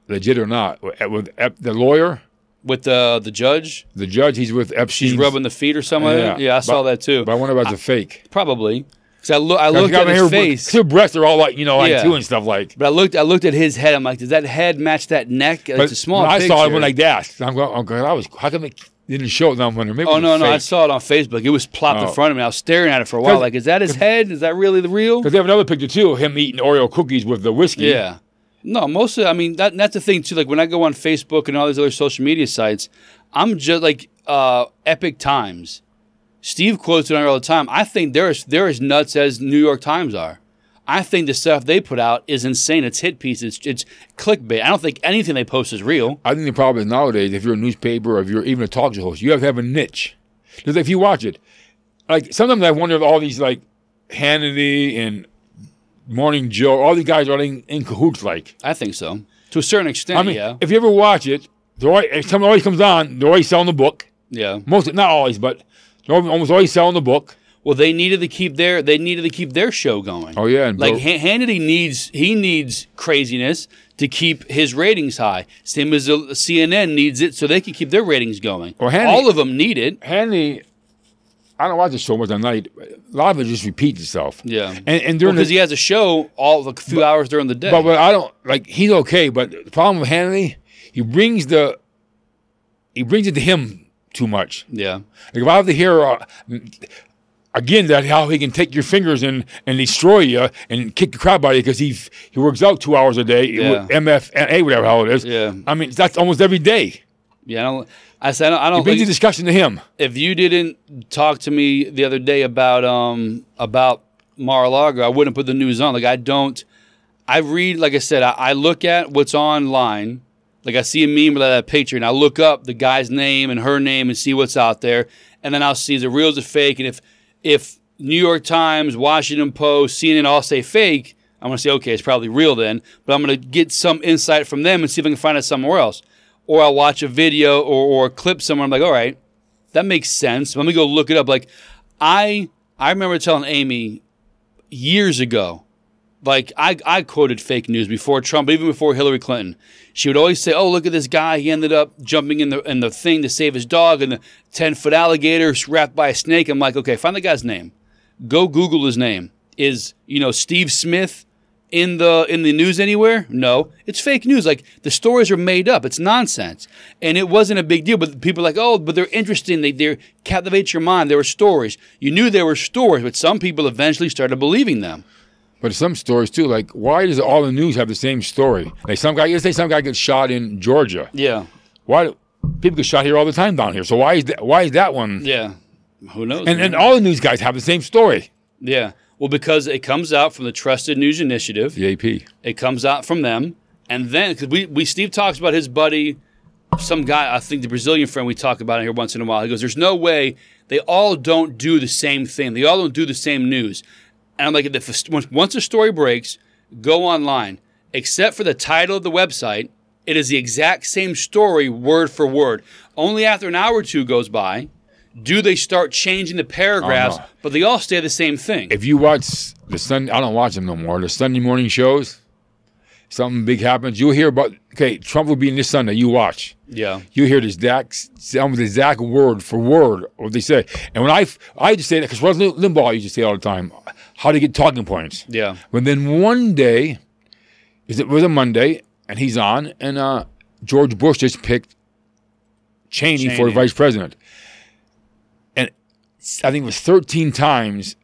B: legit or not. With, uh, with Ep, the lawyer,
A: With the the judge,
B: the judge, he's with Epstein.
A: he's rubbing the feet or something. Yeah,
B: Yeah.
A: yeah I saw
B: But-
A: that too.
B: But I wonder if that's a fake.
A: Probably because I, look I
B: Look
A: looked at his face,
B: Two breasts are all like you know, like
A: Yeah.
B: two and stuff like.
A: but I looked I looked at his head. I'm like, does that head match that neck? it's a small.
B: when I saw it.
A: picture.
B: When like that, I'm going. I'm going. I was. How come it didn't show it? I'm wondering. Maybe
A: Oh
B: it's
A: no, no! I
B: fake.
A: saw it on Facebook. It was plopped
B: Oh.
A: in front of me. I was staring at it for a while.
B: 'Cause-
A: Like, is that his head? Is that really the real?
B: Because they have another picture too of him eating Oreo cookies with the whiskey.
A: Yeah. No, most of I mean that that's the thing too. Like when I go on Facebook and all these other social media sites, I'm just like uh, Epic Times. Steve quotes it on all the time. I think they're as, they're as nuts as New York Times are. I think the stuff they put out is insane. It's hit pieces. It's, it's clickbait. I don't think anything they post is real.
B: I think the problem is nowadays, if you're a newspaper or if you're even a talk show host, you have to have a niche. Because if you watch it, like sometimes I wonder if all these like Hannity and Morning Joe, all these guys are in, in cahoots. Like,
A: I think so to a certain extent.
B: I mean,
A: yeah,
B: if you ever watch it, they're always, if someone always comes on, they're always selling the book.
A: yeah.
B: Most, not always, but they're almost always selling the book.
A: Well, they needed to keep their they needed to keep their show going.
B: Oh yeah, and
A: Like
B: Bill-
A: Han- Hannity needs he needs craziness to keep his ratings high. Same as uh, the CNN needs it so they can keep their ratings going.
B: Well, Hannity-
A: All of them need it.
B: Hannity. I don't watch it so much at night. A lot of it just repeats itself.
A: Yeah.
B: and, and during
A: Because
B: the
A: he has a show all the few hours during the day.
B: But, but I don't like he's okay. But the problem with Hannity, he brings the he brings it to him too much.
A: yeah.
B: Like if I have to hear uh, again that how he can take your fingers and and destroy you and kick the crap out of you because he f- he works out two hours a day. he wo-
A: Yeah.
B: MFA whatever the hell it is.
A: Yeah.
B: I mean that's almost every day.
A: Yeah. I don't I said I don't, I don't
B: Brings the
A: like-
B: discussion to him.
A: if you didn't talk to me the other day about um about Mar-a-Lago, I wouldn't put the news on. Like I don't I read like I said, I, I look at what's online. Like I see a meme with that picture and I look up the guy's name and her name and see what's out there. And then I'll see is it real, is it fake? And if if New York Times, Washington Post, CNN all say fake, I'm gonna say, okay, it's probably real then, but I'm gonna get some insight from them and see if I can find it somewhere else. Or I'll watch a video or, or a clip somewhere. I'm like, all right, that makes sense. Let me go look it up. Like I I remember telling Amy years ago, like I, I quoted fake news before Trump, even before Hillary Clinton. She would always say, Oh, look at this guy. He ended up jumping in the in the thing to save his dog and the ten foot alligator wrapped by a snake. I'm like, okay, find the guy's name. Go Google his name. Is, you know, Steve Smith in the in the news anywhere? No, it's fake news. Like the stories are made up. It's nonsense, and it wasn't a big deal. But people are like, oh, but they're interesting. They they captivate your mind. There were stories. You knew there were stories, but some people eventually started believing them.
B: But some stories too, like why does all the news have the same story? Like some guy, you say some guy gets shot in Georgia.
A: Yeah,
B: Why do, people get shot here all the time down here? So why is that? Why is that one?
A: yeah. Who knows? man?
B: And and all the news guys have the same story.
A: yeah. Well, because it comes out from the Trusted News Initiative.
B: The AP.
A: It comes out from them, and then because we, we Steve talks about his buddy, some guy I think the Brazilian friend we talk about here once in a while. He goes, "There's no way they all don't do the same thing. They all don't do the same news." And I'm like, if a- once- once a story breaks, go online. Except for the title of the website, it is the exact same story word for word. Only after an hour or two goes by do they start changing the paragraphs,
B: Uh-huh.
A: but they all stay the same thing.
B: If you watch the Sunday, I don't watch them no more. The Sunday morning shows, something big happens. You'll hear about okay, Trump will be in this Sunday. You watch.
A: yeah.
B: You hear this exact, some of the exact word for word what they say. And when I, f- I just say that because Rush Limbaugh used to say all the time, how to get talking points.
A: Yeah.
B: But then one day, is it was a Monday, and he's on, and uh, George Bush just picked Cheney, for
A: Cheney.
B: vice president, and I think it was thirteen times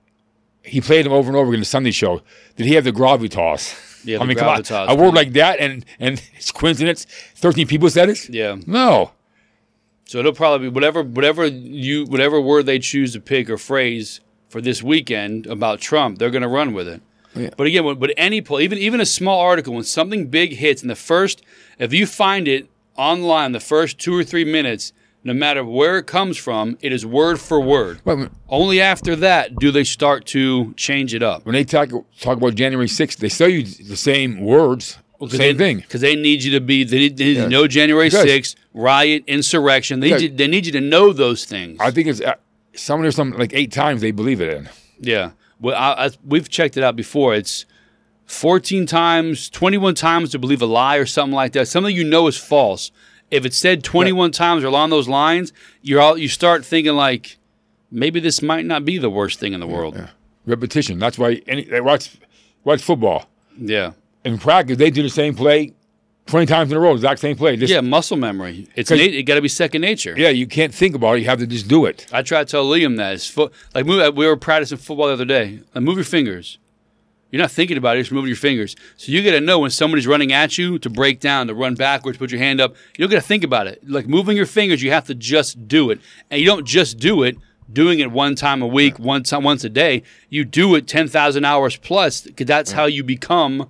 B: he played him over and over again in the Sunday show. Did he have the gravitas?
A: Yeah,
B: I
A: the
B: mean, come on,
A: gravitas,
B: a word like that, and and it's coincidence. Thirteen people said it.
A: Yeah.
B: No,
A: So it'll probably be whatever whatever you whatever word they choose to pick or phrase for this weekend about Trump, they're going to run with it.
B: Oh, Yeah.
A: But again, when, but any poll, even even a small article, when something big hits in the first, if you find it online, the first two or three minutes, no matter where it comes from, it is word for word.
B: Wait a minute.
A: Only after that do they start to change it up.
B: When they talk talk about January 6th, they still use the same words, same thing.
A: Because they need you to be, they need, they need
B: Yeah.
A: to know January
B: Because-
A: 6th, riot, insurrection. They,
B: Because-
A: need, they need you to know those things.
B: I think it's uh, some there's some like eight times they believe it in.
A: Yeah. Well, I, I, we've checked it out before. It's 14 times, 21 times to believe a lie or something like that. Something you know is false. If it's said 21 times or along those lines, you're all you start thinking like maybe this might not be the worst thing in the world. Yeah.
B: Repetition. That's why any they watch watch football
A: Yeah,
B: in practice. They do the same play twenty times in a row, exact same play. Just,
A: muscle memory. It's
B: 'Cause-
A: nat- it got to be second nature.
B: yeah. You can't think about it. You have to just do it.
A: I try to tell Liam that. It's fo- like move, we were practicing football the other day. Like, move your fingers. You're not thinking about it. You're just moving your fingers. So you got to know when somebody's running at you to break down, to run backwards, put your hand up. You don't got to think about it. Like moving your fingers, you have to just do it, and you don't just do it. Doing it one time a week, one time once a day, you do it ten thousand hours plus. 'cause that's how you become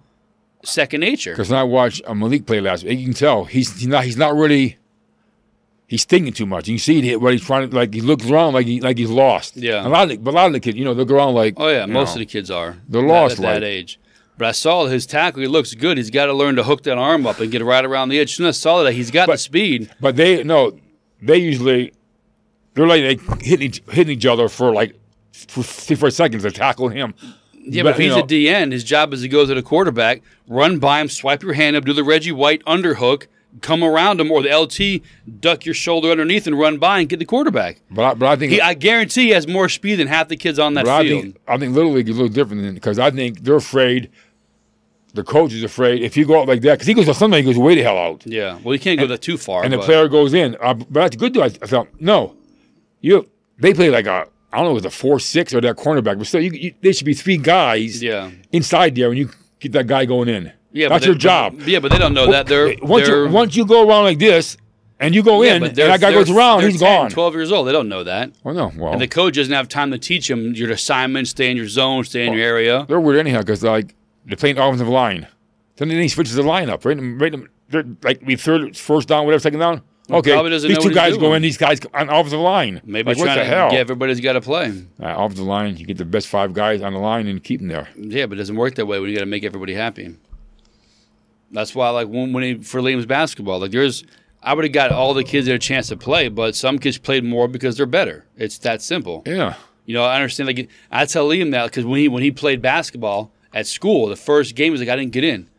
A: second nature.
B: Because when I watched uh, Malik play last week, you can tell he's, he's not he's not really he's thinking too much. You can see it what he's trying to like. He looks around like he like he's lost.
A: Yeah.
B: a lot of the, but a lot of the kids, you know, they go around like
A: Oh yeah,
B: you
A: most
B: know.
A: of the kids are.
B: They're
A: at-
B: lost,
A: at that
B: like-
A: age. But I saw his tackle. He looks good. He's got to learn to hook that arm up and get right around the edge. As soon as I saw that, he's got the
B: But-
A: speed.
B: But they no, they usually they're like they hitting each, hitting each other for like for three four seconds to tackle him.
A: Yeah, but, if
B: you
A: he's
B: know,
A: a D end, his job is to go to the quarterback, run by him, swipe your hand up, do the Reggie White underhook, come around him, or the LT, duck your shoulder underneath and run by and get the quarterback.
B: but I, but I think
A: He, I guarantee, he has more speed than half the kids on that
B: but I
A: field.
B: think I think little league is a little different because I think they're afraid. The coach is afraid if you go out like that because he goes sometimes he goes way the hell out.
A: yeah, well, you can't go that too far.
B: and the
A: but-
B: player goes in. Uh, but that's good. Though. I, I thought no, you they play like a I don't know if it's a four six or that cornerback, but still you, you, they should be three guys
A: yeah,
B: inside there, and you get that guy going in.
A: yeah, but
B: that's
A: they-
B: your
A: but-
B: job.
A: yeah, but they don't know that. They're
B: once
A: they're,
B: you once you go around like this, and you go
A: yeah,
B: in,
A: but
B: and
A: they're-
B: that guy
A: they're-
B: goes around,
A: they're
B: he's
A: 10,
B: gone.
A: Twelve years old, they don't know that.
B: Well, no, well,
A: The coach doesn't have time to teach them your assignments, stay in your zone, stay in your area.
B: they're weird anyhow because like they're playing offensive line, then he switches the lineup right, in- right. in- They're like be third, first down, whatever, second down. Okay,
A: probably doesn't
B: these
A: know
B: two
A: what he's
B: guys go
A: doing.
B: in, these guys go- on offensive line.
A: Maybe
B: like, what
A: trying
B: the
A: to
B: hell?
A: get everybody's got to play.
B: Uh, off the line, you get the best five guys on the line and keep them there.
A: Yeah, but it doesn't work that way when you got to make everybody happy. That's why, like, when, when he, for Liam's basketball, like, there's, I would have got all the kids their chance to play, but some kids played more because they're better. It's that simple.
B: Yeah.
A: You know, I understand. Like, I tell Liam that because when he when he played basketball at school, the first game was like, I didn't get in.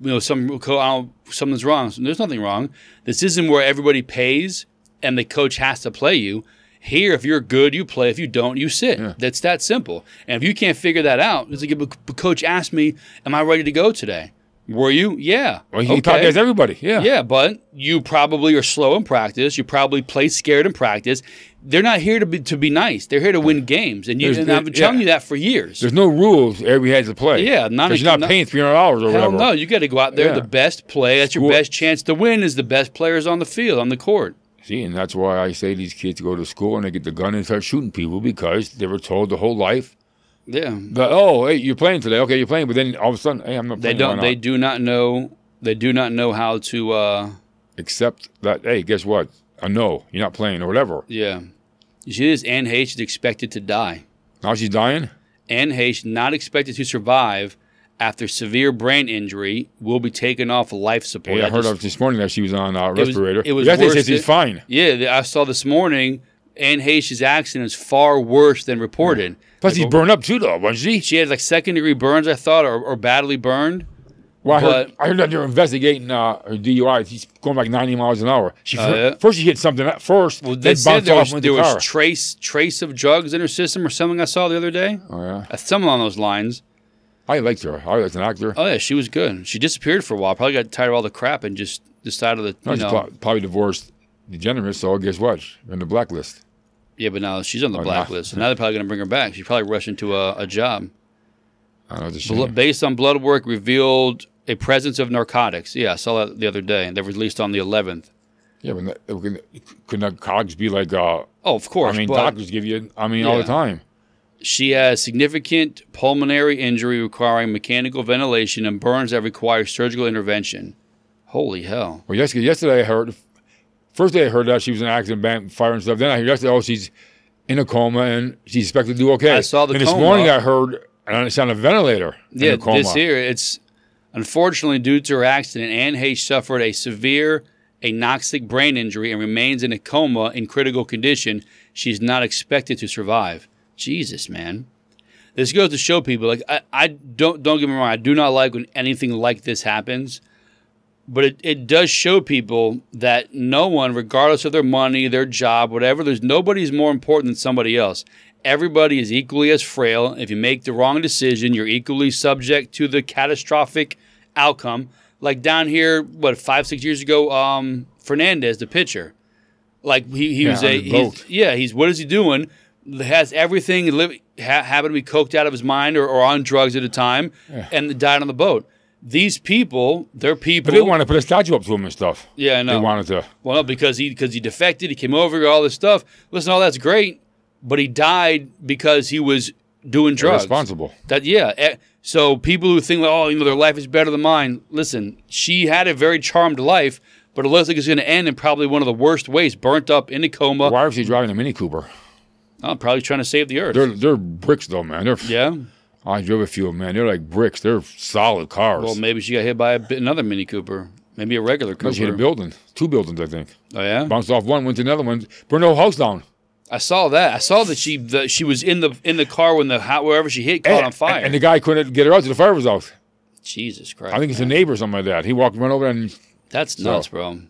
A: You know, some co- I don't- something's wrong. There's nothing wrong. This isn't where everybody pays and the coach has to play you. Here, if you're good, you play. If you don't, you sit. That's that simple. And if you can't figure that out, it's like, but but coach asked me, "Am I ready to go today?" Were you? Yeah.
B: Well, he probably has everybody. Yeah.
A: [laughs] Yeah, but you probably are slow in practice. You probably play scared in practice. They're not here to be to be nice. They're here to win games, and, you,
B: There's-
A: and I've been telling
B: yeah.
A: you that for years.
B: There's no rules every has to play.
A: Yeah, not-
B: 'Cause you're not,
A: not-
B: paying three hundred dollars or
A: Hell
B: whatever.
A: no, you got to go out there
B: Yeah.
A: the best play. That's your
B: School-
A: best chance to win. Is the best players on the field on the court.
B: See, and that's why I say these kids go to school and they get the gun and start shooting people because they were told the whole life
A: Yeah,
B: that oh, hey, you're playing today, okay, you're playing, but then all of a sudden, hey, I'm not
A: they
B: playing.
A: don't.
B: why
A: They
B: not?
A: do not know. They do not know how to. Uh,
B: except that hey, guess what? A no, you're not playing or whatever.
A: yeah, you see this. Anne H is expected to die.
B: Now she's dying.
A: Anne Hayes, not expected to survive after severe brain injury, will be taken off life support.
B: yeah, I
A: I
B: heard
A: just-
B: of this morning that she was on a
A: was-
B: respirator.
A: it was
B: Yesterday
A: worse
B: says
A: than-
B: she's fine.
A: Yeah, th- I saw this morning. Anne Hayes' accident is far worse than reported.
B: Plus,
A: Like,
B: she's burned up too, though, wasn't she?
A: she had like second degree burns, I thought, or, or badly burned.
B: Well, I heard,
A: But-
B: I heard that they're investigating uh, her DUI. She's going like 90 miles an hour. She fir-
A: Oh, yeah?
B: first she hit something at first.
A: Well,
B: Well,
A: they
B: then
A: said
B: bounced
A: there
B: off
A: was,
B: and went
A: there
B: the car.
A: was trace trace of drugs in her system or something. I saw the other day,
B: oh, yeah.
A: Uh, something along those lines.
B: I liked her. I was an actor.
A: Oh yeah, she was good. She disappeared for a while. Probably got tired of all the crap and just decided that
B: No,
A: you
B: she's
A: know.
B: pro- probably divorced, degenerate. So guess what? You're in the blacklist.
A: Yeah, but now she's on the
B: no.
A: blacklist. So now they're probably going to bring her back. She's probably rushing to a, a job.
B: I know it's a shame.
A: Blo- based on blood work revealed a presence of narcotics. Yeah, I saw that the other day. They were released on the 11th.
B: yeah, but that- couldn't- couldn't the cogs be like? Uh,
A: Oh, of
B: I
A: course.
B: mean,
A: but
B: doctors give you. I mean, all the
A: Yeah.
B: time.
A: She has significant pulmonary injury requiring mechanical ventilation and burns that require surgical intervention. Holy hell.
B: Well, yesterday, yesterday I heard, first day I heard that she was in an accident, bam, fire and stuff. Then I heard yesterday, oh, she's in a coma and she's expected to do okay.
A: I saw the
B: And this
A: coma.
B: morning I heard, and it's on a ventilator. in
A: Yeah,
B: a coma.
A: this here, it's unfortunately due to her accident, Anne Hayes suffered a severe anoxic brain injury and remains in a coma in critical condition. She's not expected to survive. Jesus, man. This goes to show people like I, I don't don't get me wrong, I do not like when anything like this happens. But it, it does show people that no one, regardless of their money, their job, whatever, there's nobody's more important than somebody else. Everybody is equally as frail. If you make the wrong decision, you're equally subject to the catastrophic outcome. Like down here, what five, six years ago, um, Fernandez, the pitcher, like he, he
B: Yeah,
A: was
B: on
A: a
B: the
A: he's-
B: boat.
A: yeah, he's what is he doing? Has everything li- ha- happened to be coked out of his mind or, or on drugs at a time, and died on the boat. These people, they're people.
B: But they wanted to put a statue up to him and stuff.
A: Yeah, I know.
B: They wanted to.
A: Well, no, because he because he defected, he came over, all this stuff. Listen, all that's great, but he died because he was doing drugs.
B: Responsible.
A: That yeah. eh, So people who think, oh, you know, their life is better than mine. Listen, she had a very charmed life, but it looks like it's going to end in probably one of the worst ways, burnt up in a coma.
B: Why was he driving a Mini Cooper?
A: Oh, probably trying to save the earth.
B: They're they're bricks though, man. They're
A: yeah.
B: I drove a few, man. They're like bricks. They're solid cars.
A: Well, maybe she got hit by a, bit- another Mini Cooper, maybe a regular
B: She hit a
A: Cooper.
B: building, two buildings, I think.
A: oh yeah.
B: Bounced off one, went to another one, burned the whole house down.
A: I saw that. I saw that she the, she was in the in the car when the how, wherever she hit caught
B: And-
A: on fire.
B: And, the guy couldn't get her out to the fire was out.
A: Jesus Christ.
B: I think it's a neighbor or something like that. He walked, went over, and
A: That's nuts, bro.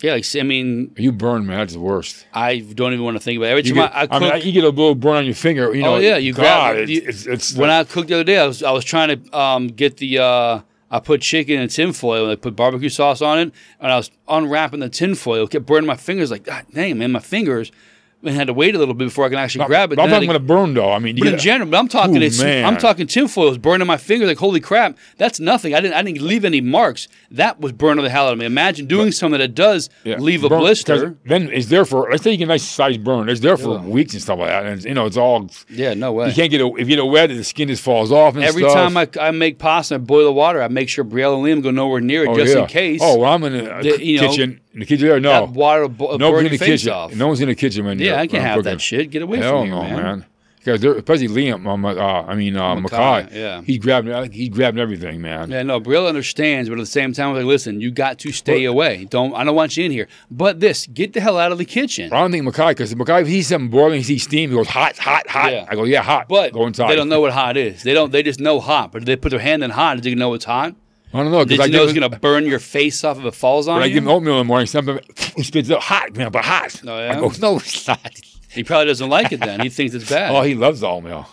A: Yeah, like, I mean,
B: you burn, man. That's the worst.
A: I don't even want to think about it. Every
B: You
A: time
B: get,
A: I, I cook,
B: mean, you get a little burn on your finger. You know,
A: Oh, yeah, you
B: God,
A: grab-
B: it's,
A: you-
B: it's, it's
A: when I cooked the other day, I was I was trying to um, get the uh, I put chicken in tinfoil and I put barbecue sauce on it, and I was unwrapping the tinfoil, kept burning my fingers. Like God dang, man, my fingers. And had to wait a little bit before I can actually grab it. Then
B: I'm
A: I had
B: talking
A: to-
B: about a burn though. I mean, you
A: But in
B: get-
A: general, but I'm talking
B: Ooh,
A: it's,
B: man.
A: I'm talking tinfoil is burning my fingers like holy crap. That's nothing. I didn't I didn't leave any marks. That was burning the hell out of me. Imagine doing something that does
B: Yeah.
A: leave a
B: Burn- 'cause
A: blister.
B: Then it's there for let's say you get a nice size burn. It's there for weeks and stuff like that. And it's, you know, it's all
A: Yeah, no way.
B: you can't get a, if you get a wet, the skin just falls off. And
A: Every
B: stuff.
A: time I, I make pasta and boil the water, I make sure Brielle and Liam go nowhere near it
B: Oh,
A: just
B: yeah.
A: in case.
B: Oh, well, I'm in the, uh,
A: The- you know,
B: kitchen. in the kitchen there, no.
A: that water will bo- burn
B: Nobody's in
A: your
B: the
A: face
B: kitchen.
A: off.
B: No one's in the kitchen when
A: yeah,
B: you're-
A: I can't
B: when I'm
A: have
B: cooking.
A: that shit. Get away
B: Hell
A: from here,
B: no,
A: man.
B: man. Because they're especially Liam, um, uh, I mean uh,
A: Mackay,
B: Mackay.
A: yeah.
B: he's grabbing, he's grabbing everything, man.
A: Yeah, no, Brielle understands, but at the same time, I'm like, listen, you got to stay away. Don't I don't want you in here. But this, get the hell out of the kitchen.
B: I don't think Mackay, because Mackay, if he sees something boiling, he sees steam, he goes hot, hot, hot.
A: Yeah.
B: I go, yeah, hot.
A: But
B: go inside.
A: they don't know what hot is. They don't. They just know hot. But if they put their hand in hot. Do you know it's hot?
B: I don't know
A: Did
B: because I
A: you know
B: give
A: it's
B: him,
A: gonna burn your face off if it falls on
B: when I
A: you?
B: give him oatmeal in the morning. Something he spits it [laughs] out hot, man, but hot.
A: Oh, yeah?
B: I go, no,
A: [laughs]
B: it's not.
A: he probably doesn't like it. Then he thinks it's bad.
B: [laughs] Oh, he loves oatmeal.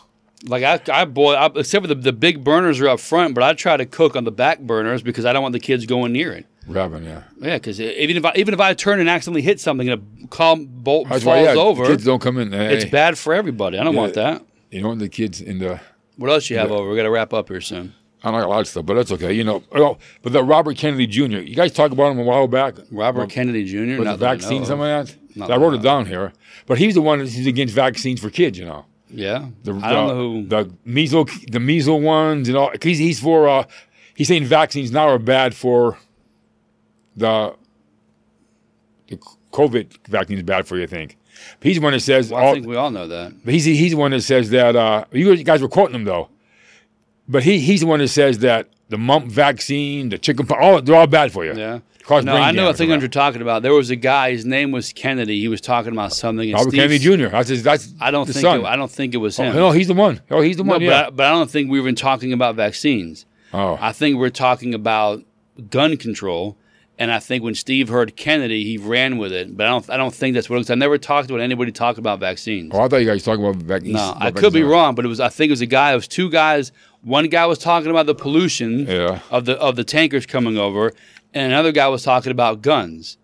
A: like I, I boil. I, except for the, the big burners are up front, but I try to cook on the back burners because I don't want the kids going near it.
B: Grabbing, yeah.
A: Yeah, because even if I, even if I turn and accidentally hit something and a calm bolt falls
B: That's why, yeah, the
A: over,
B: Kids don't come in. Hey,
A: it's bad for everybody. I don't want that.
B: You know, the kids in the.
A: What else you have over? We got to wrap up here soon.
B: I like a lot of stuff, but that's okay. You know, oh, but the Robert Kennedy Jr. You guys talked about him a while back.
A: Robert
B: Well,
A: Kennedy Jr.
B: with the
A: not that I know
B: vaccine,
A: of.
B: some of
A: Not
B: that. I
A: that
B: wrote
A: I
B: it down here, but he's the one that's he's against vaccines for kids. You know,
A: Yeah,
B: the,
A: I don't
B: the,
A: know who.
B: the measles, the measles ones, and all. He's he's for uh, he's saying vaccines now are bad for the the COVID vaccine is bad for you. I think But he's the one that says
A: I
B: all-
A: think we all know that.
B: but he's he's the one that says that. Uh, you guys were quoting him though, but he he's the one that says that the mump vaccine, the chicken, pox, all they're all bad for you.
A: Yeah.
B: Cause
A: No,
B: brain
A: I know. I
B: damage
A: think
B: around.
A: you're talking about. There was a guy. His name was Kennedy. He was talking about something. And
B: Robert
A: Steve's-
B: Kennedy Jr. That's his, that's
A: I don't
B: the
A: think.
B: son. Oh,
A: It, I don't think it was him.
B: no, he's the one. Oh, he's the
A: No,
B: one.
A: but,
B: yeah.
A: I, but I don't think we were even talking about vaccines.
B: oh,
A: I think we're talking about gun control. And I think when Steve heard Kennedy, he ran with it. But I don't. I don't think that's what it was. I never talked about anybody talking about vaccines.
B: oh, I thought you guys talking about vaccines.
A: No,
B: about
A: I could be
B: vaccines.
A: wrong, but it was. I think it was a guy. It was two guys. One guy was talking about the pollution
B: Yeah.
A: of the of the tankers coming over, and another guy was talking about guns.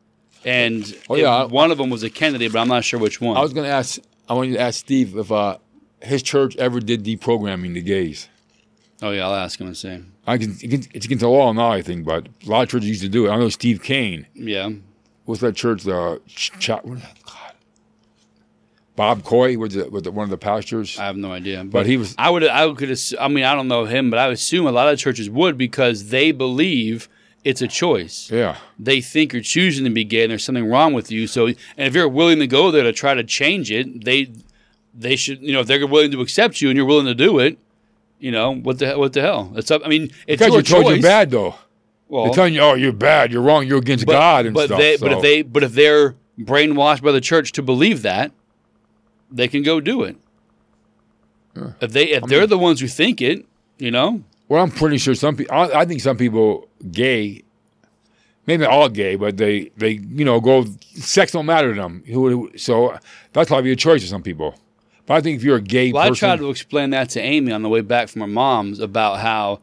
A: And
B: Oh, yeah.
A: it- one of them was a Kennedy, but I'm not sure which one.
B: I was going to ask. I wanted to ask Steve if uh, his church ever did deprogramming the gays.
A: oh yeah, I'll ask him and see.
B: I can, it can- it's against the law now, I think, but a lot of churches used to do it. I know Steve Kane.
A: Yeah,
B: uh, What's that church? The ch- cha- what- God. Bob Coy was, the, was the, one of the pastors.
A: I have no idea. But,
B: but he was
A: I would I could assu- I mean I don't know him, but I would assume a lot of churches would because they believe it's a choice.
B: yeah
A: They think you're choosing to be gay and there's something wrong with you. So and if you're willing to go there to try to change it, they they should you know if they're willing to accept you and you're willing to do it, you know what the he- what the hell? It's up. I mean it's
B: because
A: your
B: you told
A: choice.
B: you're bad though.
A: Well,
B: They're telling you, oh, you're bad, you're wrong, you're against God and
A: but
B: stuff.
A: They, But
B: so-
A: if they but if they're brainwashed by the church to believe that, they can go do it. If they if they're the ones who think it, you know,
B: Well, I'm pretty sure some people. I, I think some people gay, maybe not all gay, but they they you know go sex don't matter to them. Who- So that's probably a choice for some people. But I think if you're a gay
A: Well, I
B: person,
A: tried to explain that to Amy on the way back from her mom's about how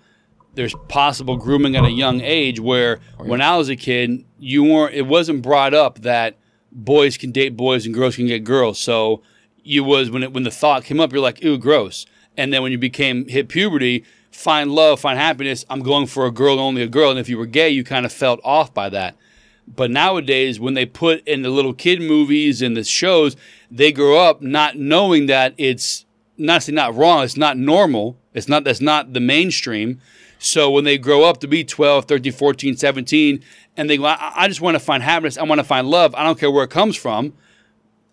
A: there's possible grooming at a young age where when I was a kid, you weren't it wasn't brought up that boys can date boys and girls can get girls. So you was when it when the thought came up, you're like, ooh, gross. And then when you became hit puberty, find love, find happiness, I'm going for a girl, only a girl. And if you were gay, you kind of felt off by that. But nowadays, when they put in the little kid movies and the shows, they grow up not knowing that it's not say not wrong, it's not normal. It's not that's not the mainstream. So when they grow up to be 12, 13, 14, 17, and they go, I, I just want to find happiness, I want to find love, I don't care where it comes from.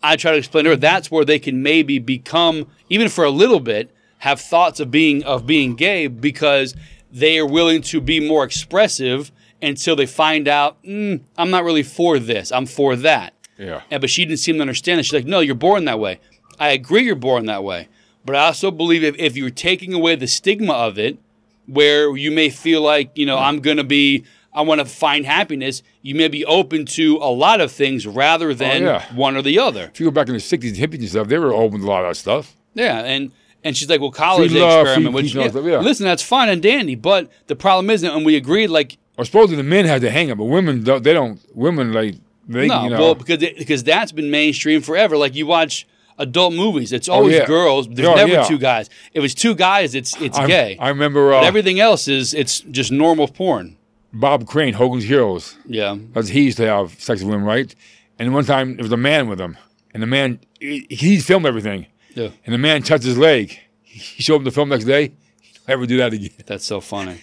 A: I try to explain to her that's where they can maybe become, even for a little bit, have thoughts of being of being gay because they are willing to be more expressive until they find out, mm, I'm not really for this, I'm for that.
B: yeah,
A: And but she didn't seem to understand it. She's like, no, you're born that way. I agree, you're born that way. But I also believe if, if you're taking away the stigma of it, where you may feel like, you know, I'm going to be, I want to find happiness, you may be open to a lot of things rather than
B: yeah.
A: one or the other.
B: if you go back in the '60s, hippies and stuff, they were open to a lot of that stuff.
A: Yeah, and and she's like, well, college
B: Free love,
A: experiment.
B: free
A: Which,
B: peace and all
A: yeah,
B: that, yeah.
A: Listen, that's fine and dandy, but the problem is, and we agreed, like,
B: Or supposedly the men had to hang up, but women don't. They don't. Women like they
A: no,
B: you know.
A: well, because it, because that's been mainstream forever. Like you watch adult movies, it's always
B: yeah.
A: girls. There's
B: Oh,
A: never
B: yeah.
A: two guys. If it's two guys, it's it's
B: I,
A: gay.
B: I remember uh,
A: but everything else is it's just normal porn.
B: Bob Crane, Hogan's Heroes.
A: Yeah,
B: because he used to have sex with women, right? And one time there was a man with him, and the man he, he filmed everything,
A: yeah,
B: and the man touched his leg. He showed him the film next day. He'll never do that again.
A: that's so
B: [laughs]
A: funny.